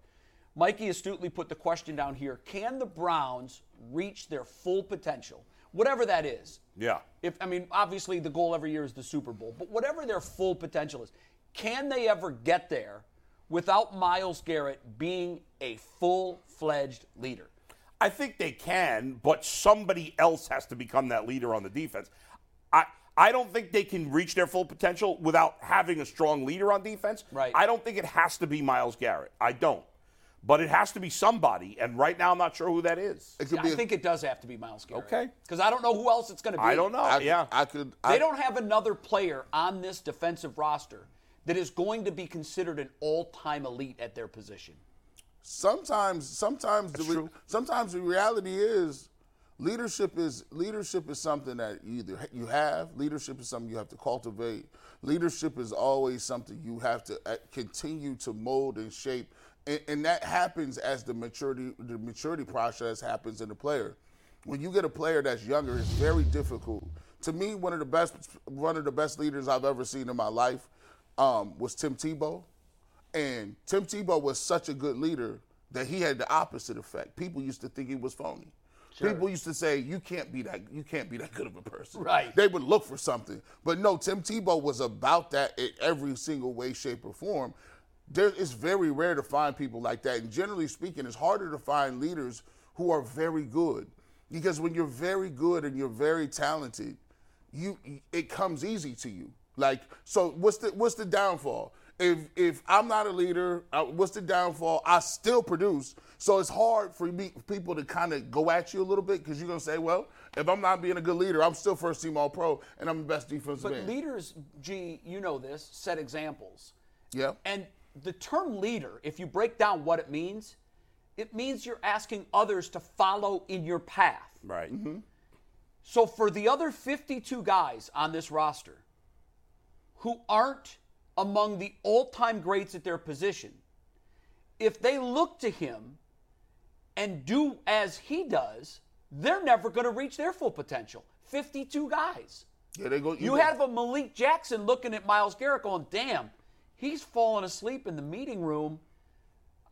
A: Mikey astutely put the question down here Can the Browns reach their full potential? Whatever that is
B: yeah.
A: if I mean, obviously the goal every year is the Super Bowl, but whatever their full potential is, can they ever get there without Miles Garrett being a full-fledged leader?
B: I think they can, but somebody else has to become that leader on the defense. I I don't think they can reach their full potential without having a strong leader on defense.
A: Right.
B: I don't think it has to be Miles Garrett. I don't. But it has to be somebody, and right now I'm not sure who that is.
C: it could
A: I
C: a-
A: think it does have to be Miles Garrett.
B: Okay.
A: Because I don't know who else it's going to be.
B: I don't know.
C: I,
B: oh, yeah.
C: I could.
A: They
C: I,
A: don't have another player on this defensive roster that is going to be considered an all-time elite at their position.
C: sometimes sometimes the re- sometimes the reality is leadership is leadership is something that you either ha- you have leadership is something you have to cultivate leadership is always something you have to uh, continue to mold and shape and, and that happens as the maturity the maturity process happens in the player when you get a player that's younger it's very difficult to me one of the best one of the best leaders i've ever seen in my life um, was tim tebow and Tim Tebow was such a good leader that he had the opposite effect. People used to think he was phony. People used to say you can't be that you can't be that good of a person.
A: Right.
C: They would look for something. But no, Tim Tebow was about that in every single way, shape, or form. There, it's very rare to find people like that. And generally speaking, it's harder to find leaders who are very good. Because when you're very good and you're very talented, you it comes easy to you. Like so, what's the what's the downfall? If if I'm not a leader, uh, what's the downfall? I still produce, so it's hard for me people to kind of go at you a little bit because you're gonna say, well, if I'm not being a good leader, I'm still first team All Pro and I'm the best defensive
A: But
C: end.
A: leaders, G, you know this, set examples.
C: yeah,
A: And the term leader, if you break down what it means, it means you're asking others to follow in your path.
B: Right.
A: So for the other 52 guys on this roster who aren't among the all time greats at their position, if they look to him and do as he does, they're never going to reach their full potential. 52 guys.
C: Yeah, they go.
A: You
C: go-
A: have a Malik Jackson looking at Miles Garrett going, damn, he's falling asleep in the meeting room.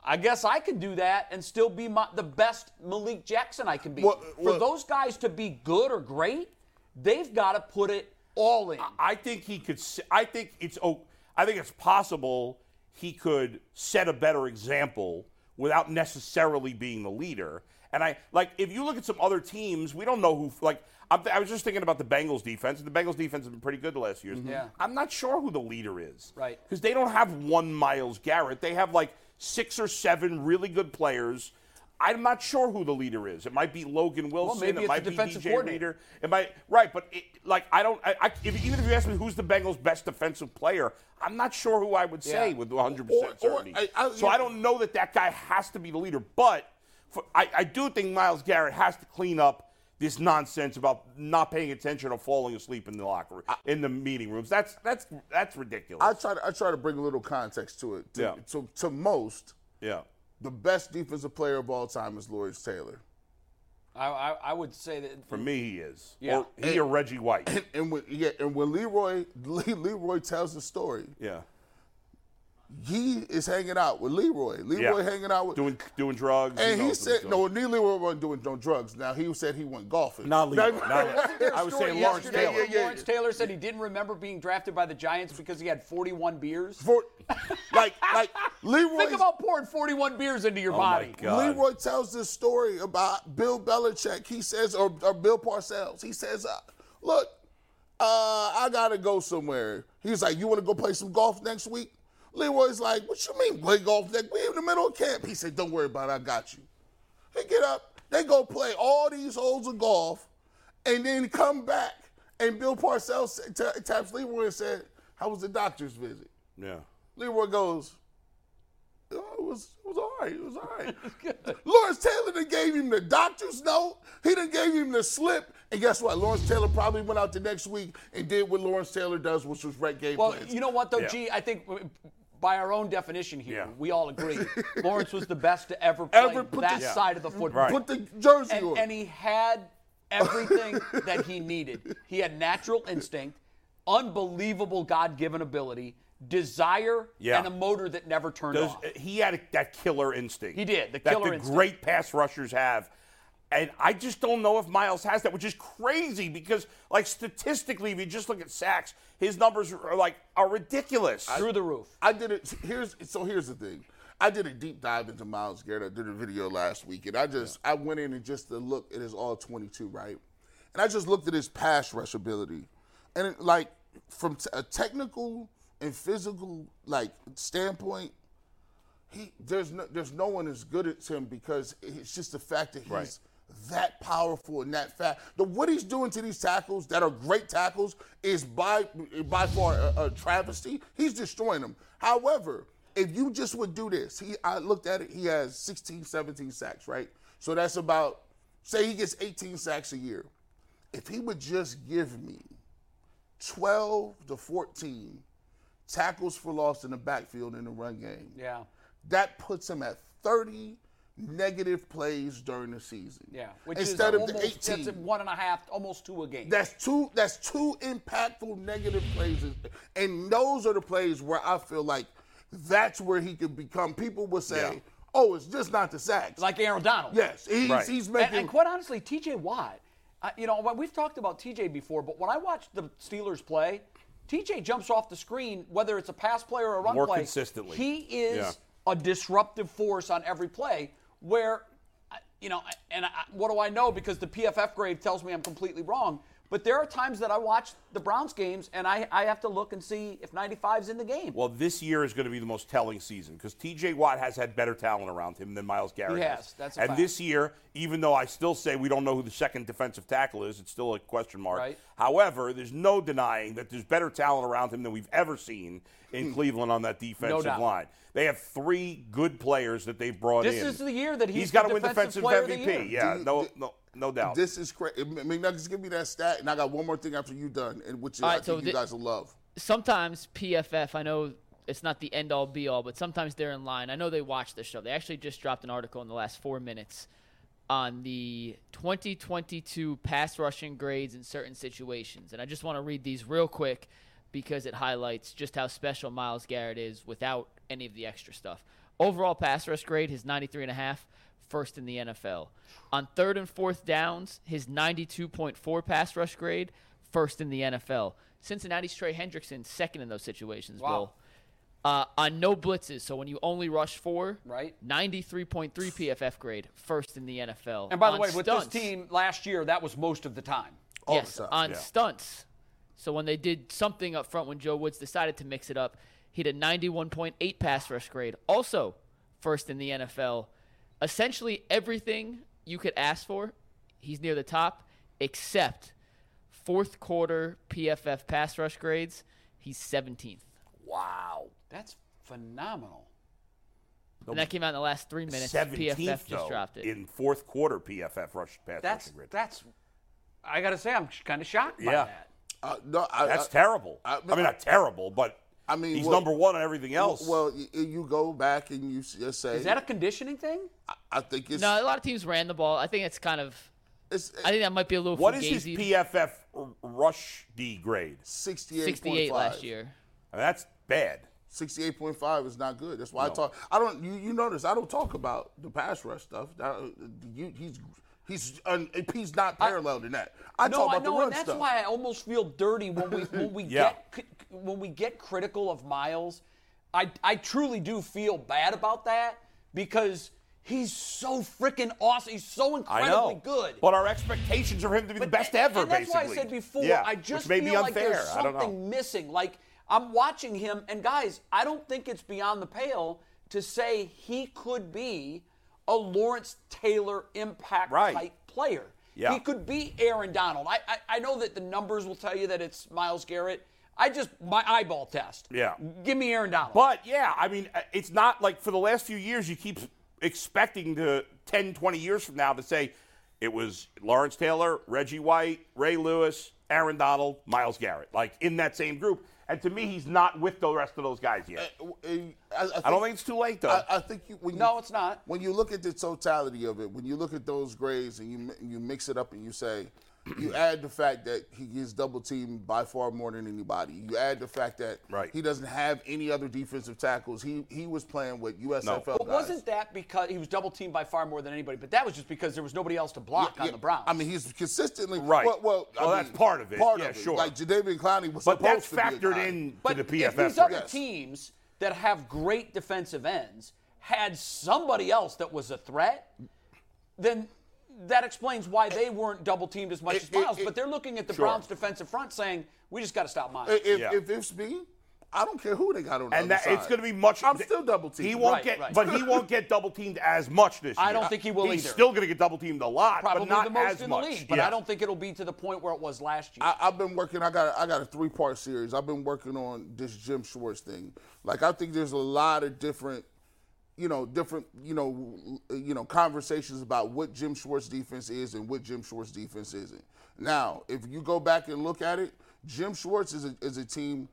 A: I guess I can do that and still be my, the best Malik Jackson I can be.
C: Well,
A: For
C: well-
A: those guys to be good or great, they've got to put it all in.
B: I think he could. s- I think it's. o- I think it's possible he could set a better example without necessarily being the leader. And I like if you look at some other teams, we don't know who. Like I'm th- I was just thinking about the Bengals defense, and the Bengals defense has been pretty good the last years.
A: Mm-hmm. Yeah.
B: I'm not sure who the leader is.
A: Right.
B: Because they don't have one Miles Garrett. They have like six or seven really good players. I'm not sure who the leader is. It might be Logan Wilson.
A: maybe it's
B: it might
A: the
B: be
A: defensive
B: DJ
A: coordinator.
B: Reader. It might right, but it, like I don't. I, I, if, even if you ask me who's the Bengals' best defensive player, I'm not sure who I would say
A: Yeah.
B: with 100
C: Or- or-
B: percent certainty.
C: I- I-
B: so I don't know that that guy has to be the leader, but for, I, I do think Miles Garrett has to clean up this nonsense about not paying attention or falling asleep in the locker room, in the meeting rooms. That's that's that's ridiculous.
C: I try. To, I try to bring a little context to it. To,
B: Yeah.
C: to, to most,
B: yeah.
C: the best defensive player of all time is Lawrence Taylor.
A: I, I, I would say that
B: For me, he is.
A: Yeah.
B: Or he or Reggie White.
C: And, and when yeah, and when Leroy Le- Leroy tells the story,
B: yeah.
C: he is hanging out with Leroy. Leroy
B: Yeah.
C: hanging out with.
B: Doing doing drugs.
C: and he
B: knows what he's
C: said,
B: doing.
C: no, Neil Leroy wasn't doing no drugs. Now, he said he went golfing.
B: Not
C: Now-
B: Leroy, not- I was saying Lawrence
A: yesterday
B: Taylor.
A: where Lawrence Taylor said he didn't remember being drafted by the Giants because he had 41 beers.
C: For, like, like Leroy.
A: Think about pouring 41 beers into your
B: Oh my
A: body.
B: God.
C: Leroy tells this story about Bill Belichick. He says, or, or Bill Parcells. He says, uh, "Look, uh, I gotta go somewhere." He's like, "You want to go play some golf next week?" Leroy's like, "What you mean play golf next? We in the middle of camp." He said, "Don't worry about it. I got you." They get up. They go play all these holes of golf, and then come back. And Bill Parcells t- taps Leroy and said, "How was the doctor's visit?"
B: Yeah.
C: Leroy goes, "Oh, it was it was all right. It was all right. Lawrence Taylor then gave him the doctor's note. He then gave him the slip. And guess what? Lawrence Taylor probably went out the next week and did what Lawrence Taylor does, which was wreck game
A: Well,
C: plans.
A: you know what though,
B: Yeah.
A: G. I think w- by our own definition here,
B: Yeah.
A: we all agree Lawrence was the best to ever play
C: Ever put
A: that
C: the- Yeah.
A: side of the football.
B: Right.
C: Put the jersey
A: and,
C: on.
A: and he had everything that he needed. He had natural instinct, unbelievable God-given ability, desire,
B: Yeah.
A: and a motor that never turned
B: Does,
A: off.
B: he had a, that killer instinct.
A: He did, the
B: that
A: killer
B: the
A: instinct.
B: great pass rushers have. And I just don't know if Miles has that, which is crazy because, like, statistically, if you just look at sacks, his numbers are like are ridiculous.
A: Through the roof.
C: I did it. Here's so here's the thing. I did a deep dive into Miles Garrett. I did a video last week, and I just I went in and just to look at his all 22, right? And I just looked at his pass rush ability, and it, like from t- a technical and physical like standpoint, he there's no there's no one as good as him because it's just the fact that he's
B: Right.
C: that powerful and that fast. The what he's doing to these tackles that are great tackles is by by far a, a travesty. He's destroying them. However, if you just would do this, he I looked at it. He has 16, 17 sacks, right? So that's about say he gets 18 sacks a year. If he would just give me 12 to 14 tackles for loss in the backfield in the run game
A: Yeah.
C: that puts him at 30 negative plays during the season.
A: Yeah. Which
C: instead
A: is
C: of the
A: almost,
C: 18.
A: That's one and a half, almost two a game.
C: That's two. That's two impactful negative plays, and those are the plays where I feel like that's where he could become. People will say,
B: Yeah.
C: "Oh, it's just not the sacks."
A: like Aaron Donald.
C: yes, he's,
B: Right.
C: he's
A: And-
C: making.
A: And, quite honestly, TJ Watt, I, you know, when we've talked about TJ before, but when I watch the Steelers play, TJ jumps off the screen, whether it's a pass play or a run
B: More
A: play.
B: consistently.
A: He is
B: Yeah.
A: a disruptive force on every play where, I- you know, I- and I, what do I know? Because the PFF grade tells me I'm completely wrong. But there are times that I watch the Browns games and I, I have to look and see if 95's in the game.
B: Well, this year is going to be the most telling season because T.J. Watt has had better talent around him than Miles Garrett.
A: He
B: has.
A: has. That's a
B: and
A: fact.
B: this year, even though I still say we don't know who the second defensive tackle is, it's still a question mark.
A: Right.
B: However, there's no denying that there's better talent around him than we've ever seen in Cleveland on that defensive
A: Hmm. doubt.
B: line. They have three good players that they've brought
A: This
B: in.
A: is the year that he's
B: got to
A: the
B: win
A: defensive
B: defensive
A: player of the
B: MVP.
A: year.
B: Yeah,
C: Did-
B: no,
C: did-
B: no, no doubt.
C: this is crazy. McNuggets, give me that stat, and I got one more thing after you done, and which
D: All
C: I
D: right,
C: think
D: so
C: you
D: thi-
C: guys will love.
D: sometimes PFF, I know it's not the end all be all, but sometimes they're in line. I know they watch the show. They actually just dropped an article in the last four minutes on the 2022 pass rushing grades in certain situations. And I just want to read these real quick because it highlights just how special Miles Garrett is without any of the extra stuff. Overall pass rush grade, his 93.5, first in the NFL. On third and fourth downs, his 92.4 pass rush grade, first in the NFL. Cincinnati's Trey Hendrickson, second in those situations,
A: Wow.
D: Bill. Uh, on no blitzes, so when you only rush four,
A: Right.
D: 93.3 PFF grade, first in the NFL.
A: And by the
D: On
A: way, with this
D: stunts-
A: team last year, that was most of the time.
C: All
D: yes,
C: the time.
D: on stunts. So when they did something up front, when Joe Woods decided to mix it up, he did 91.8 pass rush grade, also first in the NFL. Essentially everything you could ask for, he's near the top, except fourth quarter PFF pass rush grades, he's 17th.
B: Wow.
A: That's phenomenal.
D: And that came out in the last three minutes.
B: 17th,
D: PFF just
B: though,
D: dropped it.
B: in fourth quarter. PFF rush pass
A: That's
B: rushing grid.
A: that's. I gotta say, I'm kind of shocked by
B: Yeah.
A: that.
C: Uh, no, I,
B: That's
C: I-
B: terrible. I,
C: I-
B: mean, not terrible, but
C: I mean,
B: he's
C: well-
B: number one on everything else.
C: Well, y- you go back and you s- just say,
A: Is that a conditioning thing?
C: I- I think it's,
D: No, a lot of teams ran the ball. I think it's kind of.
C: it's
A: uh,
D: I think that might be a little.
B: what is his
D: fugazi.
B: PFF r- rush D grade?
C: 68.5.
D: 68 last year.
B: I mean, that's bad.
C: 68.5 is not good. That's why I talk. I don't. You, you notice I don't talk about the pass rush stuff. That- uh, you- he's he's un, he's not paralleled in that. I
A: no,
C: talk
A: I
C: about the
A: know,
C: run
A: and that's
C: stuff.
A: why I almost feel dirty when we when we
B: Yeah.
A: get c- c- when we get critical of Miles. I I truly do feel bad about that because he's so freaking awesome. He's so
B: I
A: incredibly
B: know.
A: good.
B: But our expectations are him to be the
A: But
B: best
A: that-
B: ever,
A: And that's
B: basically.
A: why I said before,
B: Yeah,
A: I just
B: which may
A: feel
B: be
A: like
B: unfair.
A: there's
B: I don't know.
A: something missing. Like I'm watching him, and guys, I don't think it's beyond the pale to say he could be a Lawrence Taylor impact
B: Right.
A: type player.
B: Yeah.
A: He could be Aaron Donald. I, I I know that the numbers will tell you that it's Miles Garrett. I just my eyeball test.
B: Yeah.
A: Give me Aaron Donald.
B: But yeah, I mean, uh, it's not like for the last few years, you keep expecting to 10, 20 years from now to say it was Lawrence Taylor, Reggie White, Ray Lewis, Aaron Donald, Miles Garrett, like in that same group. And to me, he's not with the rest of those guys
C: Uh,
B: yet.
C: I, I
B: I don't think it's too late, though.
C: I, I think you, when you-
A: No, it's not.
C: When you look at the totality of it, when you look at those grades and you mi- you mix it up and you say, you add the fact that he gets double teamed by far more than anybody. You add the fact that
B: Right.
C: he doesn't have any other defensive tackles. He he was playing with USFL
B: But
C: guys.
A: But wasn't that because he was double teamed by far more than anybody? But that was just because there was nobody else to block
C: Yeah,
A: on
C: yeah.
A: the Browns.
C: I mean, he's consistently
B: Right.
C: Well, well, I
B: Well, that's
C: mean,
B: part of it.
C: Part
B: Yeah,
C: of it.
B: sure.
C: Like Jadavian Clowney was
B: but that's
C: supposed to be a
B: factored
C: guy.
B: in
A: But
B: to the
A: if
B: PFF.
A: these other
B: rating.
A: teams that have great defensive ends had somebody else that was a threat, then that explains why they weren't double teamed as much
C: It-
A: as Miles.
C: it- it-
A: but they're looking at the
B: Sure.
A: Browns' defensive front saying, "We just got to stop Miles."
C: If
B: Yeah.
C: if it's me, I don't care who they got on the
B: And
C: other
B: that, it's
C: side.
B: going to be much.
C: I'm still double teamed.
B: He won't
A: Right,
B: get,
A: right.
B: but he won't get double teamed as much this year.
A: I don't think he will
B: He's
A: either.
B: still going to get double teamed a lot,
A: Probably
B: but not
A: the most
B: as
A: in
B: much.
A: the league, but
B: Yeah.
A: I don't think it'll be to the point where it was last year.
C: I, I've been working. I got I got a three part series. I've been working on this Jim Schwartz thing. Like I think there's a lot of different, you know, different you know, l- you know, conversations about what Jim Schwartz defense is and what Jim Schwartz defense isn't. Now, if you go back and look at it, Jim Schwartz is a, is a team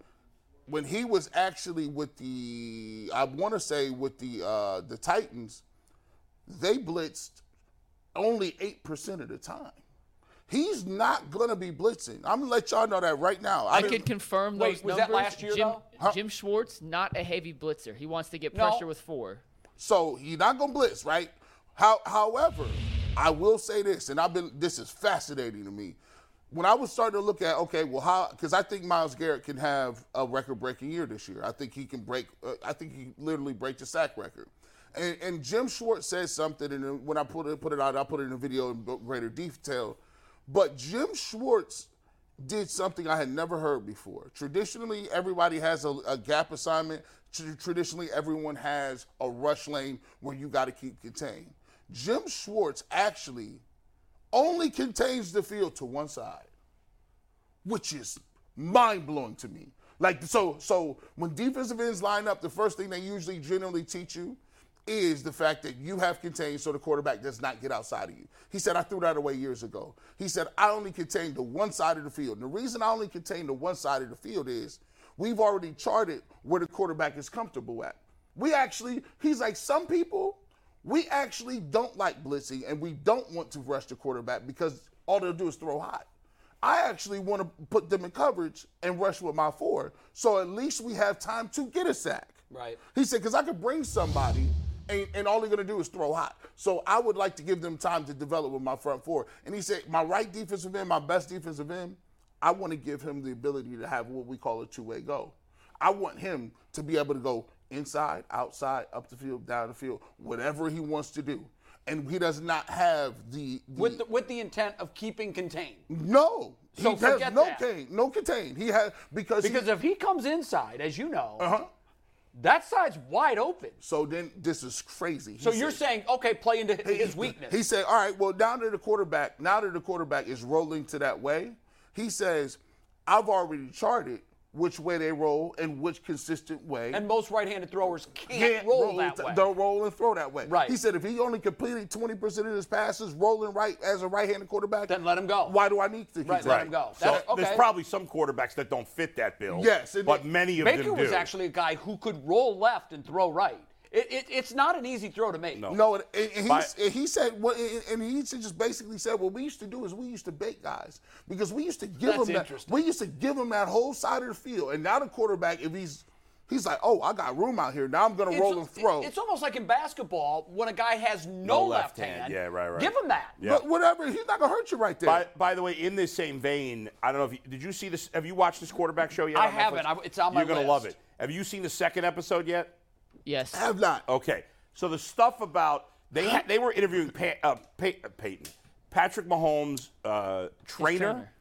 C: when he was actually with the I want to say with the uh, the Titans, they blitzed only eight percent of the time. He's not gonna be blitzing. I'm gonna let y'all know that right now.
D: I
C: didn't-
D: can confirm
A: Wait,
D: those
A: was
D: numbers.
A: that last year,
D: Jim,
A: though?
D: Jim Schwartz, not a heavy blitzer. He wants to get
A: No.
D: pressure with four.
C: So he's not gonna blitz, right? How, however, I will say this, and I've been this is fascinating to me. When I was starting to look at, okay, well, how? Because I think Miles Garrett can have a record-breaking year this year. I think he can break. Uh, I think he literally break the sack record. And, and Jim Schwartz said something, and then when I put it put it out, I put it in a video in greater detail. But Jim Schwartz did something I had never heard before. Traditionally, everybody has a, a gap assignment. Tr- traditionally, everyone has a rush lane where you got to keep contained. Jim Schwartz actually only contains the field to one side, which is mind blowing to me. Like so, so when defensive ends line up, the first thing they usually generally teach you is the fact that you have contained so the quarterback does not get outside of you. He said, I threw that away years ago. He said, I only contained the one side of the field. And the reason I only contained the one side of the field is we've already charted where the quarterback is comfortable at. We actually, he's like, some people We actually don't like blitzing and we don't want to rush the quarterback because all they'll do is throw hot. I actually want to put them in coverage and rush with my four. So at least we have time to get a sack.
A: Right.
C: He said, because I could bring somebody and, and all they're going to do is throw hot. So I would like to give them time to develop with my front four. And he said, my right defensive end, my best defensive end, I want to give him the ability to have what we call a two way go. I want him to be able to go inside, outside, up the field, down the field, whatever he wants to do. And he does not have the, the
A: With the, with the intent of keeping contained.
C: no.
A: So
C: he has
A: forget
C: no
A: that.
C: contain, no contain. He has because he-
A: Because if he comes inside, as you know, that side's wide open.
C: so then this is crazy. He
A: So you're
C: said-
A: saying, okay, play into his weakness.
C: He said, "All right, well, down to the quarterback. Now that the quarterback is rolling to that way, he says, I've already charted which way they roll and which consistent way."
A: and most right-handed throwers can't,
C: can't
A: roll, that
C: to-
A: way.
C: Don't roll and throw that way.
A: Right.
C: He said if he only completed 20% of his passes rolling right as a right-handed quarterback,
A: Then let him go.
C: Why do I need to keep
A: Right, let
C: that?
A: him go.
B: So
A: That's- okay.
B: there's probably some quarterbacks that don't fit that bill.
C: Yes, and
B: but
C: they-
B: many of
A: Baker
B: them do.
A: was actually a guy who could roll left and throw right. It, it, it's not an easy throw to make.
C: No, and, and- and he,
B: By-
C: s- and he said, what, and- and he s- just basically said, what we used to do is we used to bait guys because we used to give
A: That's
C: them that,
A: interesting.
C: we used to give them that whole side of the field, and now the quarterback, if he's he's like, oh, I got room out here, now I'm gonna
A: It's-
C: roll and throw.
A: it- It's almost like in basketball when a guy has no, left, hand.
B: Yeah, right, right.
A: Give him that.
B: Yeah.
C: but whatever, he's not gonna hurt you right there.
B: By, by the way, in this same vein, I don't know if you, did you see this. Have you watched this quarterback show yet?
A: I
B: on Netflix?
A: haven't. I- it's on my
B: You're gonna
A: list.
B: love it. Have you seen the second episode yet?
D: Yes.
C: I have not.
B: Okay. So the stuff about they had, they were interviewing pa- uh, Pa- uh, Peyton, Patrick Mahomes' uh, trainer,
D: trainer.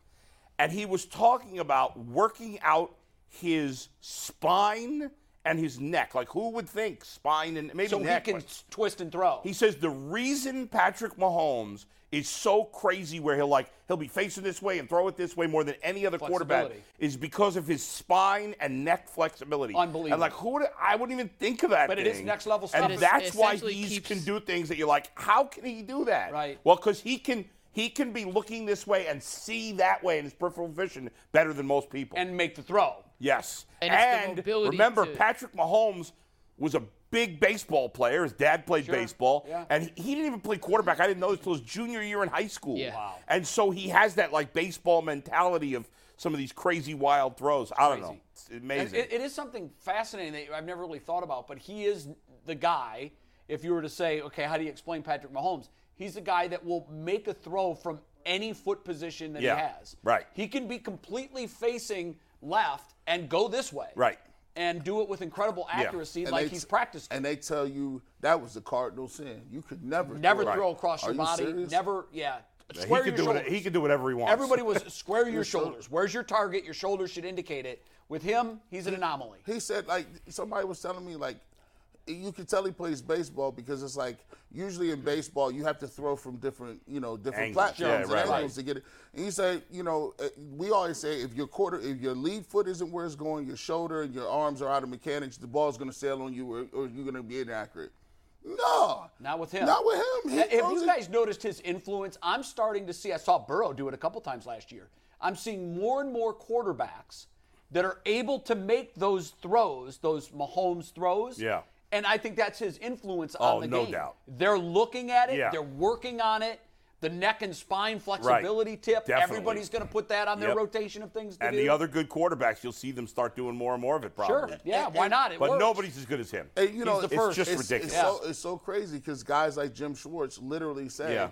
B: and he was talking about working out his spine and his neck. Like who would think spine and maybe
A: So
B: neck?
A: he can
B: but-
A: s- twist and throw.
B: He says the reason Patrick Mahomes is so crazy where he'll like he'll be facing this way and throw it this way more than any other quarterback
A: Flexibility.
B: is because of his spine and neck flexibility.
A: Unbelievable.
B: And like who would I wouldn't even think of that.
A: But it is
B: thing.
A: next level stuff.
B: And
A: It is-
B: that's
D: it
B: why
D: essentially
B: he
D: keeps-
B: can do things that you're like, how can he do that?
A: Right.
B: Well, because he can he can be looking this way and see that way in his peripheral vision better than most people.
A: and make the throw.
B: Yes.
D: And it's the mobility
B: remember,
D: to-
B: Patrick Mahomes was a big baseball player. His dad played baseball.
A: yeah.
B: And he, he didn't even play quarterback. I didn't know this until his junior year in high school.
D: Yeah. Wow.
B: And so he has that like baseball mentality of some of these crazy wild throws. I don't know. It's
A: And
B: amazing.
A: it, it is something fascinating that I've never really thought about, but he is the guy, if you were to say, okay, how do you explain Patrick Mahomes? He's the guy that will make a throw from any foot position that he
B: Yeah,
A: has.
B: right.
A: He can be completely facing left and go this way.
B: Right.
A: And do it with incredible accuracy
C: And
A: like
C: they-
A: he's practicing.
C: And they tell you that was the cardinal sin. You could never
A: never
C: throw,
A: throw across
C: Are
A: your
C: you
A: body.
C: serious?
A: Never, yeah.
B: he,
A: Square
B: could
A: your
B: do
A: shoulders.
B: it, he could do whatever he wants.
A: Everybody was square your, shoulders. Where's your target? Your shoulders should indicate it. With him, he's an anomaly.
C: he said like somebody was telling me like you could tell he plays baseball because it's like usually in baseball you have to throw from different you know different
B: Angles,
C: platforms
B: yeah,
C: and
B: right,
C: angles
B: right.
C: to get it. And he said you know uh, we always say if your quarter if your lead foot isn't where it's going your shoulder and your arms are out of mechanics the ball's going to sail on you or, or you're going to be inaccurate. No,
A: Not with him.
C: Not with him. He
A: Have
C: throws
A: you
C: it-
A: guys noticed his influence? I'm starting to see. I saw Burrow do it a couple times last year. I'm seeing more and more quarterbacks that are able to make those throws, those Mahomes throws.
B: Yeah.
A: And I think that's his influence
B: Oh,
A: on the
B: no
A: game.
B: doubt.
A: They're looking at it.
B: Yeah.
A: They're working on it. The neck and spine flexibility tip.
B: Definitely.
A: Everybody's going to put that on their
B: Yep.
A: rotation of things to
B: and
A: do.
B: the other good quarterbacks, you'll see them start doing more and more of it
A: Sure.
B: probably.
A: Yeah. why not? It
B: But
A: works.
B: nobody's as good as him.
C: And, you know,
A: the
C: it's-
A: first.
B: It's just
C: it's,
B: ridiculous.
C: It's so, it's so crazy because guys like Jim Schwartz literally say,
B: Yeah.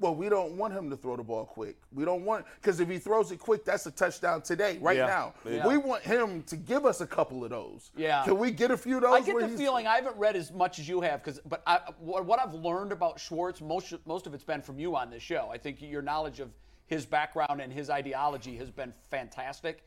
C: "Well, we don't want him to throw the ball quick. We don't want because if he throws it quick, that's a touchdown today, right
B: Yeah.
C: now.
B: Yeah.
C: We want him to give us a couple of those.
A: Yeah.
C: Can we get a few of those?
A: I get
C: where
A: the
C: he's-
A: feeling I haven't read as much as you have, because but I, what what I've learned about Schwartz, most most of it's been from you on this show. I think your knowledge of his background and his ideology has been fantastic.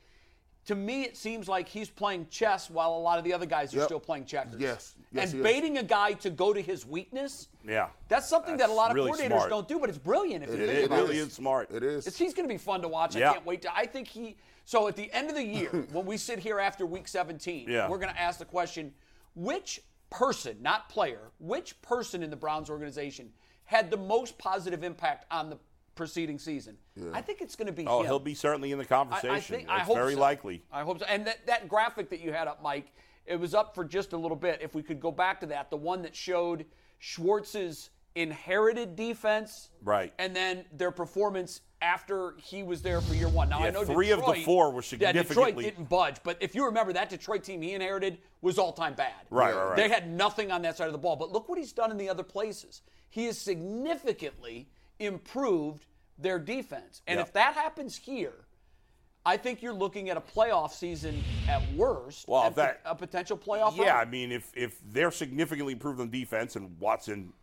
A: To me, it seems like he's playing chess while a lot of the other guys are
C: Yep.
A: still playing checkers.
C: Yes. Yes, he
A: and
C: is.
A: baiting a guy to go to his weakness.
B: Yeah.
A: That's something that a lot of
B: That's really
A: coordinators
B: smart.
A: don't do, but it's brilliant if you
B: It,
A: think
B: is-
C: It
A: about
B: really
C: is.
B: is smart.
C: It is.
A: it's, he's going to be fun to watch.
B: Yeah.
A: I can't wait to. I think he. So at the end of the year, when we sit here after week 17,
B: Yeah.
A: we're going to ask the question: Which person, not player, which person in the Browns organization had the most positive impact on the preceding season? I think it's going to be.
B: Oh,
A: him.
B: he'll be certainly in the
A: I-
B: conversation.
A: I think. I
B: It's
A: hope
B: very
A: so.
B: likely.
A: I hope so. And that, that graphic that you had up, Mike, it was up for just a little bit. If we could go back to that, the one that showed Schwartz's inherited defense,
B: Right.
A: and then their performance after he was there for year one. Now I
B: Yeah,
A: know
B: three of the
A: Detroit-
B: four were
A: Yeah, Detroit
B: significantly-
A: didn't budge, but if you remember that Detroit team he inherited was all time bad.
B: Right, right, right.
A: They had nothing on that side of the ball, but look what he's done in the other places. He has significantly improved their defense, and
B: Yeah.
A: if that happens here. I think you're looking at a playoff season at worst,
B: Well,
A: and
B: that-
A: a potential playoff.
B: Yeah, I
A: run.
B: mean, if if they're significantly improved on defense and Watson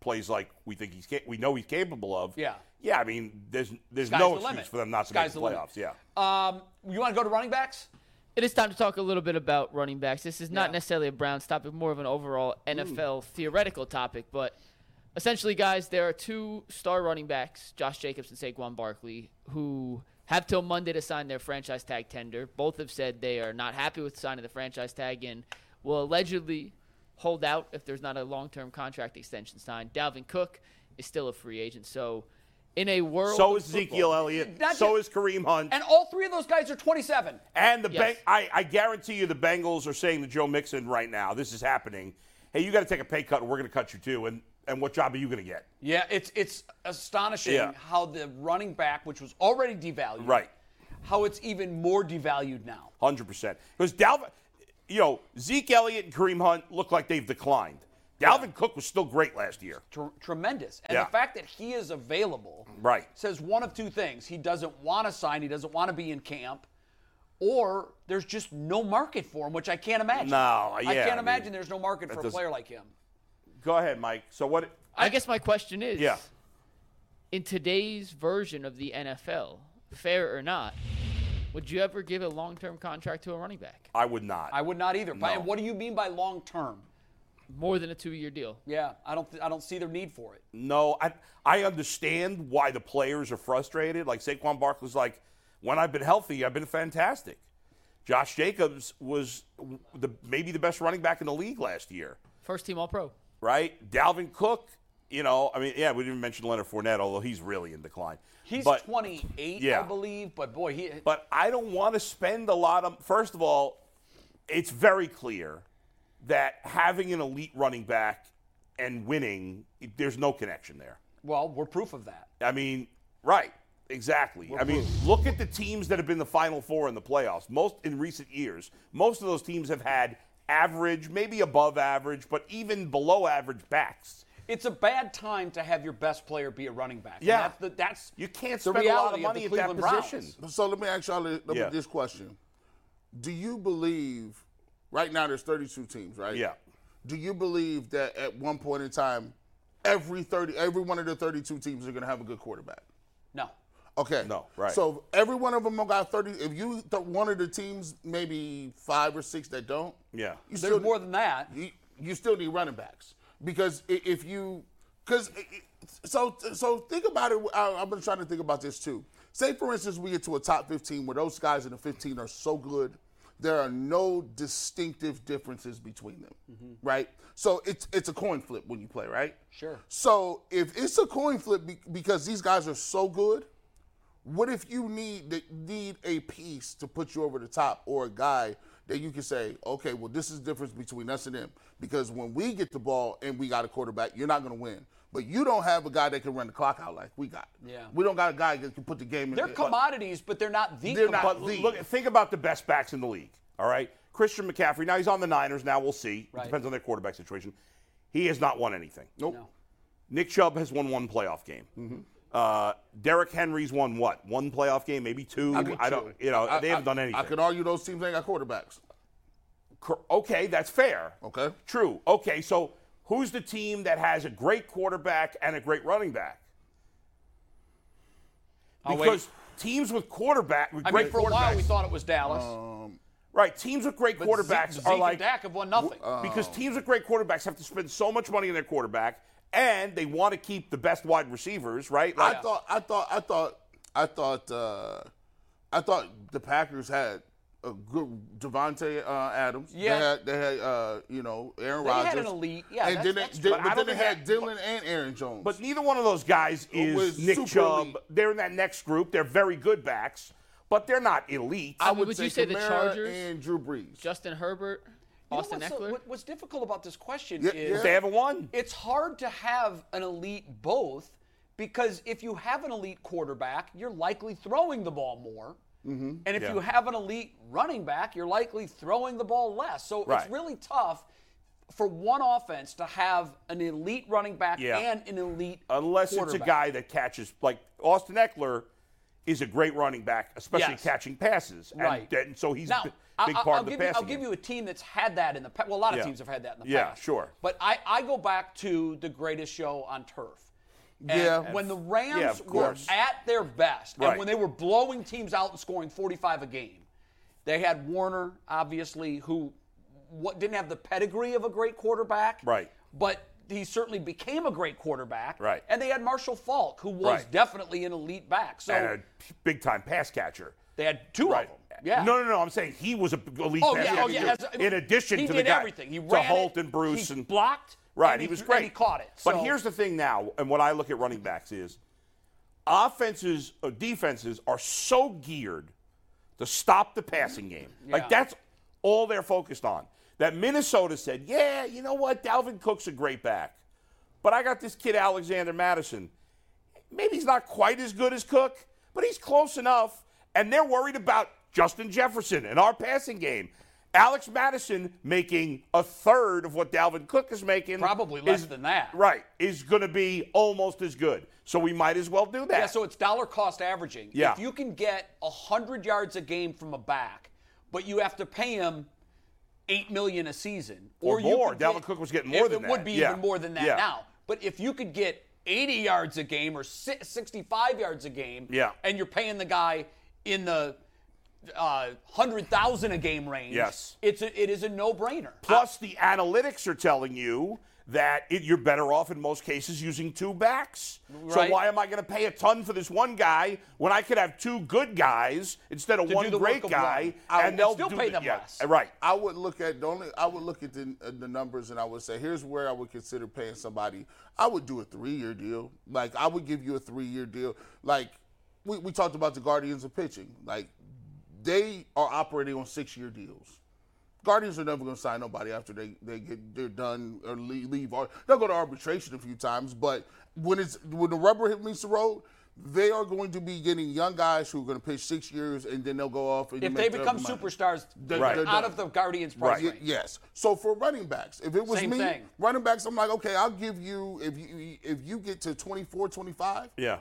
B: plays like we think he's ca- we know he's capable of.
A: Yeah.
B: Yeah, I mean, there's there's
A: Sky's
B: no
A: the
B: excuse
A: limit.
B: for them not to
A: Sky's
B: make
A: the
B: the
A: limit.
B: playoffs. Yeah.
A: Um, you want to go to running backs?
D: It is time to talk a little bit about running backs. This is not
A: Yeah.
D: necessarily a Browns topic, more of an overall NFL theoretical topic. But essentially, guys, there are two star running backs, Josh Jacobs and Saquon Barkley, who have till Monday to sign their franchise tag tender. Both have said they are not happy with signing the franchise tag and will allegedly hold out if there's not a long term contract extension signed. Dalvin Cook is still a free agent. So, in a world.
B: So
D: of
B: is
D: football-
B: Ezekiel Elliott.
A: Not
B: so
A: just-
B: is Kareem Hunt.
A: And all three of those guys are 27.
B: And the
D: Yes.
B: Beng- I, I guarantee you the Bengals are saying to Joe Mixon right now, this is happening. Hey, you got to take a pay cut, and we're going to cut you too. And and what job are you going to get?
A: Yeah, it's it's astonishing
B: Yeah.
A: how the running back, which was already devalued,
B: Right,
A: how it's even more devalued now.
B: hundred percent. Because Dalvin, you know Zeke Elliott and Kareem Hunt look like they've declined. Dalvin Cook was still great last year.
A: Tr- tremendous. And
B: Yeah.
A: the fact that he is available
B: Right.
A: says one of two things: he doesn't want to sign, he doesn't want to be in camp, or there's just no market for him, which I can't imagine.
B: No, yeah,
A: I
B: I
A: can't
B: mean,
A: imagine there's no market for a
B: doesn't-
A: player like him.
B: Go ahead, Mike. So what?
D: I guess my question is
B: Yeah.
D: in today's version of the NFL, fair or not, would you ever give a long term contract to a running back?
B: I would not.
A: I would not either. But
B: No.
A: and what do you mean by long term?
D: More than a two year deal.
A: Yeah, I don't th- I don't see their need for it.
B: No, I I understand why the players are frustrated. Like Saquon Barkley's like, when I've been healthy, I've been fantastic. Josh Jacobs was the maybe the best running back in the league last year,
D: First team All Pro.
B: right? Dalvin Cook, you know, I mean, yeah, we didn't mention Leonard Fournette, although he's really in decline.
A: He's
B: but,
A: 28,
B: yeah.
A: I believe, but boy, he
B: But I don't want to spend a lot of. First of all, it's very clear that having an elite running back and winning, there's no connection there.
A: well, we're proof of that.
B: I mean, right. Exactly. I mean, look at the teams that have been the final four in the playoffs. Most in recent years, most of those teams have had average, maybe above average, but even below average backs.
A: It's a bad time to have your best player be a running back. And
B: Yeah.
A: that's the, that's
B: You can't
A: the
B: spend a lot of
A: reality
B: money
A: the
B: at that
A: Cleveland Browns.
B: position.
C: So let me ask y'all this,
B: Yeah.
C: this question: Do you believe right now there's 32 teams, right?
B: Yeah.
C: Do you believe that at one point in time, every 30, every one of the 32 teams are going to have a good quarterback?
A: No,
C: Okay.
B: No, right.
C: So every one of them got 30. If you th- one of the teams, maybe five or six that don't.
B: Yeah.
C: You
A: there's more than that.
C: you, you still need running backs because i- if you because so so think about it. I, I've been trying to think about this too. Say for instance, we get to a top 15 where those guys in the 15 are so good, there are no distinctive differences between them, right? So it's it's a coin flip when you play, right?
A: Sure.
C: So if it's a coin flip be- because these guys are so good, what if you need that need a piece to put you over the top or a guy that you can say, okay, well, this is the difference between us and them. Because when we get the ball and we got a quarterback, you're not gonna win. But you don't have a guy that can run the clock out like we got.
A: Yeah.
C: We don't got a guy that can put the game in
A: They're
C: the
A: commodities, but they're not the.
C: They're not
B: But
A: commodity.
C: the-
B: look, think about the best backs in the league. All right, Christian McCaffrey. Now he's on the Niners. Now we'll see.
A: Right.
B: It depends on their quarterback situation. He has not won anything.
C: Nope.
A: No.
B: Nick Chubb has won one playoff game. Uh, Derrick Henry's won what? One playoff game, maybe two. I,
C: give
B: don't.
C: two.
B: You know,
C: I-
B: they haven't
C: I-
B: done anything.
C: I could argue those teams ain't got quarterbacks.
B: Cor- okay, that's fair.
C: Okay.
B: True. Okay, so who's the team that has a great quarterback and a great running back?
A: I'll wait.
B: Because teams with quarterback, with
A: I
B: great
A: mean, for a
B: quarterbacks,
A: while we thought it was Dallas.
B: right? Teams with great
A: but
B: quarterbacks
A: Zeke,
B: are
A: Zeke
B: like
A: and Dak have won nothing.
B: because
C: Oh.
B: teams with great quarterbacks have to spend so much money on their quarterback, and they want to keep the best wide receivers, right?
C: I
B: Like,
C: thought I thought I thought I thought uh, I thought the Packers had a good Devonte uh, Adams.
A: Yeah.
C: They had, they had uh, you know Aaron
A: They had
C: Rodgers.
A: an elite- yeah,
C: And
A: that's-
C: then they,
A: that's
C: they-
B: true. But I
C: but then
B: don't
C: they
B: think
C: had
B: that-
C: Dylan and Aaron Jones.
B: But neither one of those guys is
C: was
B: Nick
C: super
B: Chubb.
C: elite.
B: They're in that next group. They're very good backs, but they're not elite.
D: I mean, would you say the
C: Kamara
D: Chargers?
C: and Drew Brees?
D: Justin Herbert.
A: You know
D: Austin
A: what's, so-
D: Eckler?
A: what- what's difficult about this question
C: Yeah,
A: is
C: yeah.
B: They haven't won.
A: it's hard to have an elite both because if you have an elite quarterback, you're likely throwing the ball more. And if
B: Mm-hmm. Yeah.
A: you have an elite running back, you're likely throwing the ball less. So
B: Right.
A: it's really tough for one offense to have an elite running back
B: Yeah.
A: and an elite
B: unless it's a
A: quarterback.
B: guy that catches like Austin Eckler is a great running back, especially
A: Yes.
B: catching passes. And,
A: Right.
B: and so he's
A: now,
B: a big
A: I-
B: part
A: I- I'll
B: of the
A: give you,
B: passing.
A: I'll give
B: game.
A: you a team that's had that in the past. Well, a lot of
B: Yeah.
A: teams have had that in the
B: Yeah,
A: past.
B: sure.
A: But I, I go back to the greatest show on turf. And
C: Yeah.
A: When the Rams
B: Yeah, of
A: were
B: course.
A: at their best,
B: Right.
A: and when they were blowing teams out and scoring 45 a game, they had Warner, obviously, who what didn't have the pedigree of a great quarterback.
B: Right.
A: But he certainly became a great quarterback.
B: Right.
A: And they had Marshall Falk, who was
B: Right.
A: definitely an elite back. So
B: and a big time pass catcher.
A: they had two of
B: Right.
A: them. Yeah.
B: No, no, no. I'm saying he was a b- elite
A: Oh
B: pass
A: yeah, oh
B: catcher.
A: yeah.
B: too,
A: As-
B: in addition
A: he
B: to the
A: did
B: guy,
A: everything. He
B: to
A: ran
B: Holt
A: it,
B: and Bruce
A: he
B: and
A: blocked.
B: Right,
A: and
B: he, was
A: threw-
B: great.
A: And he caught it.
B: But
A: So-
B: here's the thing now, and when I look at running backs is offenses or defenses are so geared to stop the passing game.
A: Mm-hmm. Yeah.
B: Like that's all they're focused on. That Minnesota said, yeah, you know what, Dalvin Cook's a great back. But I got this kid Alexander Madison. Maybe he's not quite as good as Cook, but he's close enough. And they're worried about Justin Jefferson and our passing game. Alex Madison making a third of what Dalvin Cook is making.
A: Probably less than that.
B: Right. Is going to be almost as good. So we might as well do that.
A: yeah, so it's dollar cost averaging.
B: Yeah.
A: If you can get hundred yards a game from a back, but you have to pay him eight million a season,
B: Or
A: you
B: more.
A: could
B: Dalvin Cook was getting more
A: it,
B: than
A: It would
B: that.
A: be
B: Yeah.
A: even more than that
B: Yeah.
A: now. But if you could get eighty yards a game or si- sixty-five yards a game,
B: Yeah.
A: and you're paying the guy in the uh, hundred thousand a game range,
B: Yes.
A: it's a, it is a no-brainer.
B: Plus, the analytics are telling you that it, you're better off in most cases using two backs. So
A: Right.
B: why am I going to pay a ton for this one guy when I could have two good guys instead of
A: To
B: one
A: do the
B: great
A: work of one.
B: guy?
A: I would
B: And they'll
A: still
B: do
A: pay
B: the-
A: them
B: yeah, uh,
A: less.
B: Right.
C: I would look at the only I would look at the, uh, the numbers and I would say here's where I would consider paying somebody. I would do a three year deal. Like I would give you a three year deal. Like we, we talked about the Guardians of pitching. Like they are operating on six year deals. Guardians are never going to sign nobody after they, they get they're done or leave, leave. ar- They'll go to arbitration a few times, but when it's when the rubber hit meets the road, they are going to be getting young guys who are going to pitch six years and then they'll go off. And
A: if
C: make
A: they
C: their
A: become
C: money.
A: superstars, they're
C: Right.
A: out of the Guardians' price
C: Y-
A: range.
C: Yes. So for running backs, if it was
A: Same
C: me,
A: thing.
C: running backs, I'm like, okay, I'll give you if you if you get to 24, 25,
B: Yeah.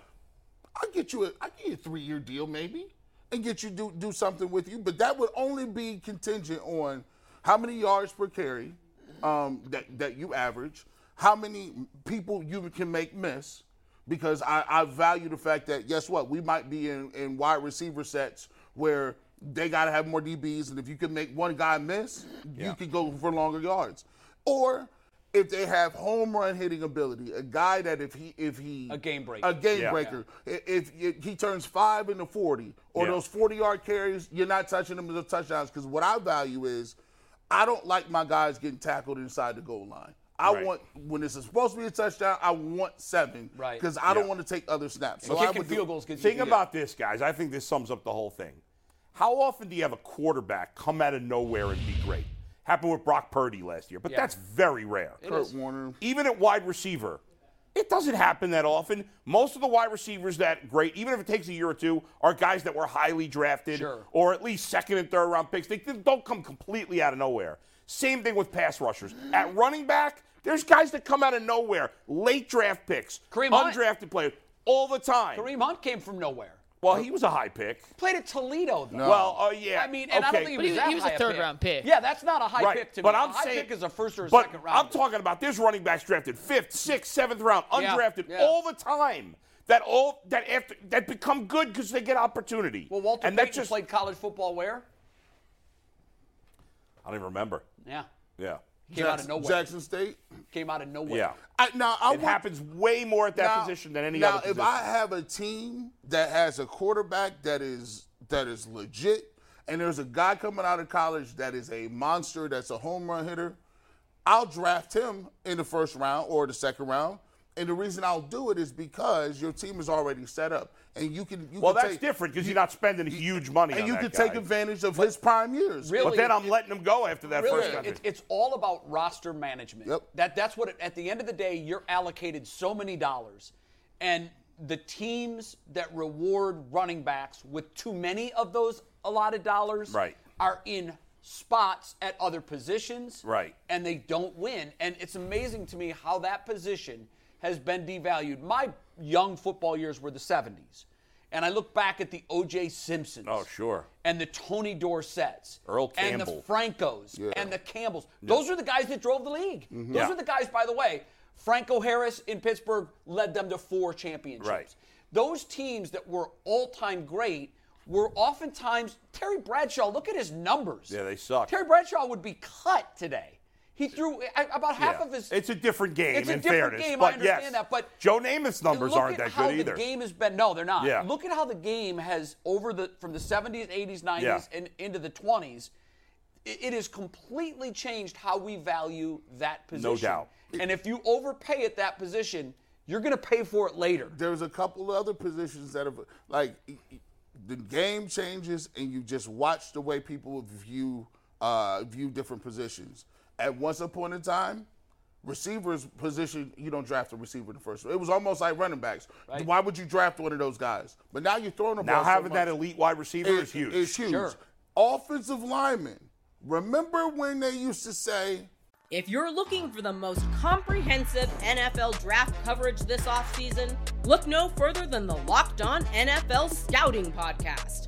C: I'll get you a I get you a three year deal maybe, and get you do do something with you. But that would only be contingent on how many yards per carry um, that that you average, how many people you can make miss, because I, I value the fact that guess what we might be in in wide receiver sets where they got to have more DBs, and if you can make one guy miss, you could go for longer yards, or if they have home run hitting ability, a guy that if he if he
A: A game breaker.
C: a game
B: Yeah.
C: breaker. I- If y- he turns five into 40 or
B: Yeah.
C: those 40 yard carries, you're not touching them as a touchdowns because what I value is I don't like my guys getting tackled inside the goal line. I
B: Right.
C: want when this is supposed to be a touchdown, I want seven,
A: Right.
C: Because I don't
B: Yeah.
C: want to take other snaps. So I
A: Kicking
C: would do-
A: field goals gets
B: Think
A: you-
B: about this, guys. I think this sums up the whole thing. How often do you have a quarterback come out of nowhere and be great? Happened with Brock Purdy last year, but that's very rare.
C: Kurt Warner.
B: even at wide receiver, it doesn't happen that often. Most of the wide receivers that great, even if it takes a year or two, are guys that were highly drafted
A: Sure.
B: or at least second and third round picks. They don't come completely out of nowhere. Same thing with pass rushers. At running back, there's guys that come out of nowhere, late draft picks,
A: Kareem Hunt.
B: undrafted players, all the time.
A: Kareem Hunt came from nowhere.
B: Well, he was a high pick.
A: Played at Toledo though.
B: Well, oh yeah.
A: I mean, and I don't
B: okay.
A: think
D: But he-
A: he was that
D: he was a
A: high
D: third
A: pick.
D: round pick.
A: Yeah, that's not a high
B: Right,
A: pick to
B: but
A: me.
B: I'm
A: a high
B: saying
A: pick is a first or a
B: but
A: second round.
B: I'm talking about there's running backs drafted fifth, sixth, seventh round,
A: Yeah,
B: undrafted
A: yeah.
B: all the time. That all that after that become good because they get opportunity.
A: Well, Walter
B: and
A: Payton
B: that just
A: played college football where?
B: I don't even remember.
A: Yeah,
B: Yeah,
A: came out of
C: Jackson-
A: nowhere.
C: Jackson State.
A: Came out of nowhere.
B: yeah.
C: I, now I
B: It
C: want-
B: happens way more at that
C: Now-
B: position than any
C: now,
B: other position.
C: if I have a team that has a quarterback that is that is legit, and there's a guy coming out of college that is a monster, that's a home run hitter, I'll draft him in the first round or the second round, And the reason I'll do it is because your team is already set up, and you can. You
B: Well,
C: can
B: that's
C: take-
B: different because you're not spending huge money.
C: And
B: on
C: you
B: that
C: can
B: guy.
C: take advantage of his prime years.
A: Really?
B: But then I'm letting him go after that
A: Really,
B: first country.
A: it's, it's all about roster management.
C: Yep.
A: That that's what. It, at the end of the day, you're allocated so many dollars, and the teams that reward running backs with too many of those allotted dollars
B: Right.
A: are in spots at other positions,
B: Right.
A: And they don't win. And it's amazing to me how that position has been devalued. My young football years were the 70s, and I look back at the O.J. Simpsons.
B: Oh, sure.
A: And the Tony Dorsets.
B: Earl
A: And the
B: Campbell.
A: Francos and the Campbells. Those are the guys that drove the league. Those
B: Mm-hmm. Yeah.
A: are the guys, by the way. Franco Harris in Pittsburgh led them to four championships.
B: Right.
A: Those teams that were all time great were oftentimes Terry Bradshaw. Look at his numbers.
B: Yeah, they suck.
A: Terry Bradshaw would be cut today. He threw I- about half
B: Yeah.
A: of his.
B: It's a different game.
A: It's a
B: in
A: different
B: fairness,
A: game.
B: But
A: I understand
B: yes,
A: that, but
B: Joe Namath's numbers
A: look
B: aren't
A: at
B: that
A: how
B: good either.
A: The game has been no, they're not.
B: Yeah.
A: Look at how the game has over the from the 70s, 80s, 90s,
B: Yeah.
A: and into the 20s. i- It has completely changed how we value that position.
B: doubt.
A: And if you overpay at that position, you're going to pay for it later.
C: There's a couple of other positions that have like y- y- the game changes, and you just watch the way people view uh, view different positions. At once upon a time, receivers position you don't draft a receiver in the first. round. It was almost like running backs. Why would you draft one of those guys? But now you're throwing them.
B: now having that elite wide receiver is
C: It's
B: huge.
C: It's huge.
A: Sure.
C: Offensive linemen. Remember when they used to say
F: If you're looking for the most comprehensive NFL draft coverage this offseason, look no further than the Locked On NFL Scouting Podcast.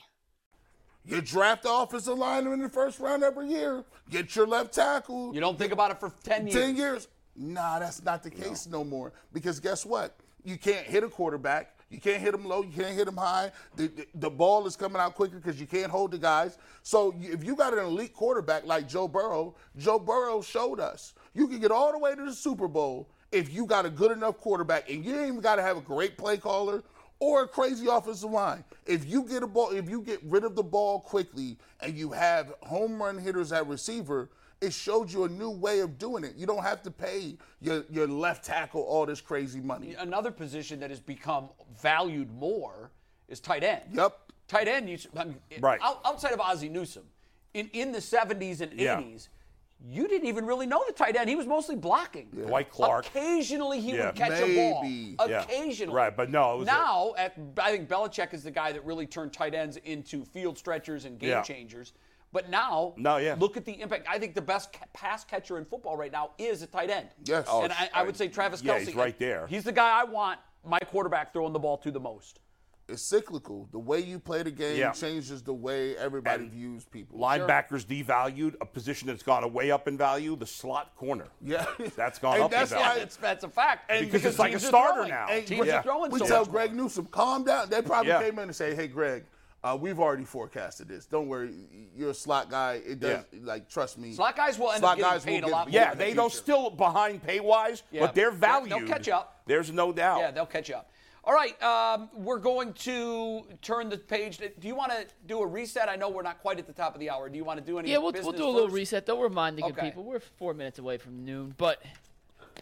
C: you draft the offensive lineman in the first round every year, get your left tackle
A: You don't think about it for 10 years.
C: 10 years? Nah, that's not the case no. more. Because guess what? You can't hit a quarterback. You can't hit him low. You can't hit him high. The, the, the ball is coming out quicker because you can't hold the guys. So you- if you got an elite quarterback like Joe Burrow, Joe Burrow showed us you can get all the way to the Super Bowl if you got a good enough quarterback, and you ain't even got to have a great play caller or a crazy offensive line. If you get a ball, if you get rid of the ball quickly, and you have home run hitters at receiver, it showed you a new way of doing it. You don't have to pay your, your left tackle all this crazy money.
A: Another position that has become valued more is tight end.
C: Yep.
A: tight end. You, I mean,
B: Right.
A: out- outside of Ozzie Newsome, in in the 70s and
B: Yeah.
A: 80s, you didn't even really know the tight end. He was mostly blocking.
B: Dwight Clark.
A: Occasionally he
B: Yeah.
A: would catch
C: Maybe.
A: a ball.
B: Yeah.
A: Occasionally.
B: Right, but no, it was a-
A: now at, I think Belichick is the guy that really turned tight ends into field stretchers and game
B: Yeah.
A: changers. But now,
B: No, yeah.
A: look at the impact. I think the best ca- pass catcher in football right now is a tight end.
C: Yes. Oh,
A: and I, I would say Travis
B: yeah,
A: Kelsey.
B: he's right there.
A: He's the guy I want my quarterback throwing the ball to the most.
C: It's cyclical. The way you play the game
B: Yeah.
C: changes the way everybody views people.
B: Linebackers devalued, a position that's gone way up in value, the slot corner.
C: yeah,
B: That's gone
C: And
B: up in
C: that's
B: value.
C: why
A: That's, that's a fact.
B: Because it's like a
A: teams are
B: starter
A: throwing.
B: now.
C: Hey,
A: Teams
B: yeah.
A: are throwing
C: we
A: so
C: tell
A: much.
C: Greg Newsom, calm down. They probably
B: Yeah.
C: came in and say, "Hey, Greg, uh, we've already forecasted this. Don't worry, you're a slot guy. It does
B: Yeah.
C: like trust me.
A: Slot guys will end
C: Slot
A: up getting
C: guys will
A: paid a
C: get-
A: lot more.
B: Yeah,
A: in
B: they
A: the
B: don't
A: future.
B: still behind pay wise,
A: Yeah.
B: but they're
A: They'll-
B: valued.
A: they'll catch up.
B: There's no doubt.
A: Yeah, they'll catch up. All right, um, we're going to turn the page. Do you want to do a reset? I know we're not quite at the top of the hour. Do you want to do any?
D: Yeah, we'll, we'll
A: business
D: do a little
A: first?
D: reset though. We're minding
A: Okay.
D: people. We're four minutes away from noon, but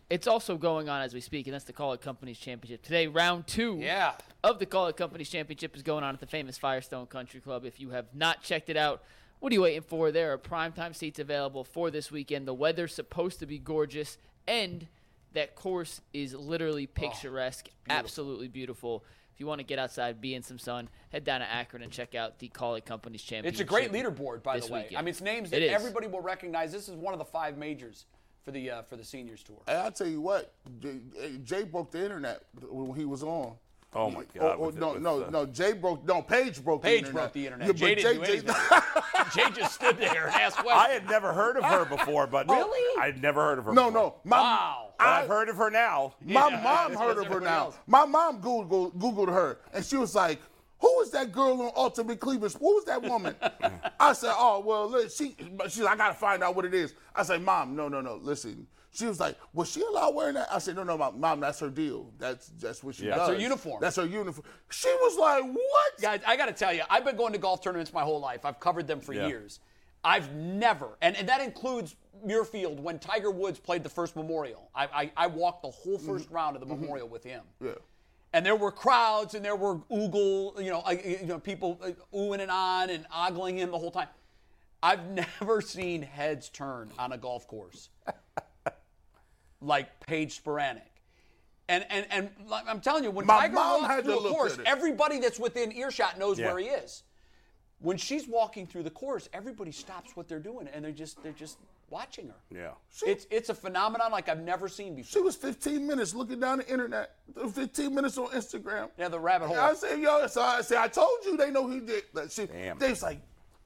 D: it's also going on as we speak, and that's the Call It Companies Championship today. Round two
A: Yeah.
D: of the Call It Companies Championship is going on at the famous Firestone Country Club. If you have not checked it out, what are you waiting for? There are primetime seats available for this weekend. The weather's supposed to be gorgeous, and that course is literally
A: Oh,
D: picturesque, absolutely beautiful. If you want to get outside, be in some sun, head down to Akron and check out the Call It Companies
A: It's
D: Championship.
A: a great leaderboard, by the
D: this
A: way.
D: weekend.
A: I mean, it's names
D: It
A: that
D: is.
A: everybody will recognize. This is one of the five majors for the uh, for the seniors tour.
C: And I'll tell you what, J- Jay, broke the internet when he was on.
B: Oh, my
C: He-
B: God,
C: oh, oh,
B: with the-
C: no,
B: with
C: no,
B: the-
C: no. Jay broke. No, Paige broke.
A: Paige
C: the internet.
A: broke the internet.
C: Yeah,
A: Jay
C: but
A: didn't do anything. Jay just stood there and asked
B: I
A: questions.
B: had never heard of her before, but
A: Really?
B: I'd never heard of her.
C: no,
B: before.
C: no. My,
A: Wow.
B: I've heard of her now.
C: My
A: Yeah,
C: mom
A: that's
C: heard
A: what
C: of her
A: everybody
C: now.
A: else-
C: My mom Googled, Googled her, and she was like, "Who is that girl on Ultimate Cleavage? Who was that woman?" I said, "Oh well, look, she." She's, I gotta find out what it is. I said, "Mom, no, no, no, listen." She was like, "Was she allowed wearing that?" I said, "No, no, mom, mom that's her deal. That's that's what she
B: Yeah.
C: does.
B: That's
A: her uniform.
C: That's her uniform." She was like, "What?"
A: Guys, I got to tell you, I've been going to golf tournaments my whole life. I've covered them for
B: Yeah.
A: years. I've never, and, and that includes Muirfield when Tiger Woods played the first Memorial. I, I, I walked the whole 1st round of the Memorial with him.
C: Yeah.
A: And there were crowds, and there were oogle, you know, I, you know, people uh, oohing and on and ogling him the whole time. I've never seen heads turn on a golf course like Paige Sporanic. And and and like I'm telling you, when
C: My
A: Tiger
C: mom
A: walks
C: had to
A: through a
C: look
A: course,
C: at it.
A: everybody that's within earshot knows
B: Yeah.
A: where he is. When she's walking through the course, everybody stops what they're doing and they're just they're just watching her.
B: Yeah.
A: It's it's a phenomenon like I've never seen
C: She
A: before.
C: was 15 minutes looking down the internet, 15 minutes on Instagram.
A: Yeah, the rabbit hole.
B: Oh.
C: I said, yo, so I said, I told you they know who did. Like, she,
B: Damn.
C: They was like,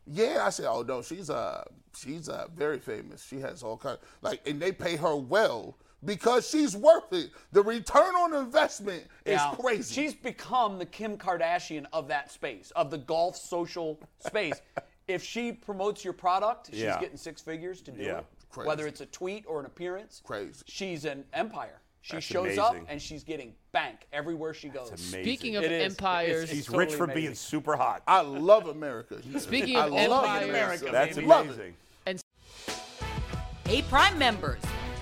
C: yeah. I said, oh no, she's uh, she's uh, very famous. She has all kind like, and they pay her well because she's worth it. The return on investment
A: Yeah.
C: is crazy.
A: She's become the Kim Kardashian of that space, of the golf social space. if she promotes your product, she's
B: Yeah.
A: getting six figures to do
B: Yeah.
A: it.
C: Crazy.
A: Whether it's a tweet or an appearance,
C: Crazy.
A: She's an empire. She
B: That's
A: shows up
B: amazing.
A: and she's getting bank everywhere she goes.
B: It's amazing.
D: Speaking of
A: It is.
D: empires,
A: It's-
B: She's
A: it's totally
B: rich for
A: amazing.
B: being super hot.
C: I love America.
D: Speaking
C: I
D: of
C: love
D: empires-
C: America.
B: That's
C: Love it.
B: amazing.
F: Hey, Prime members,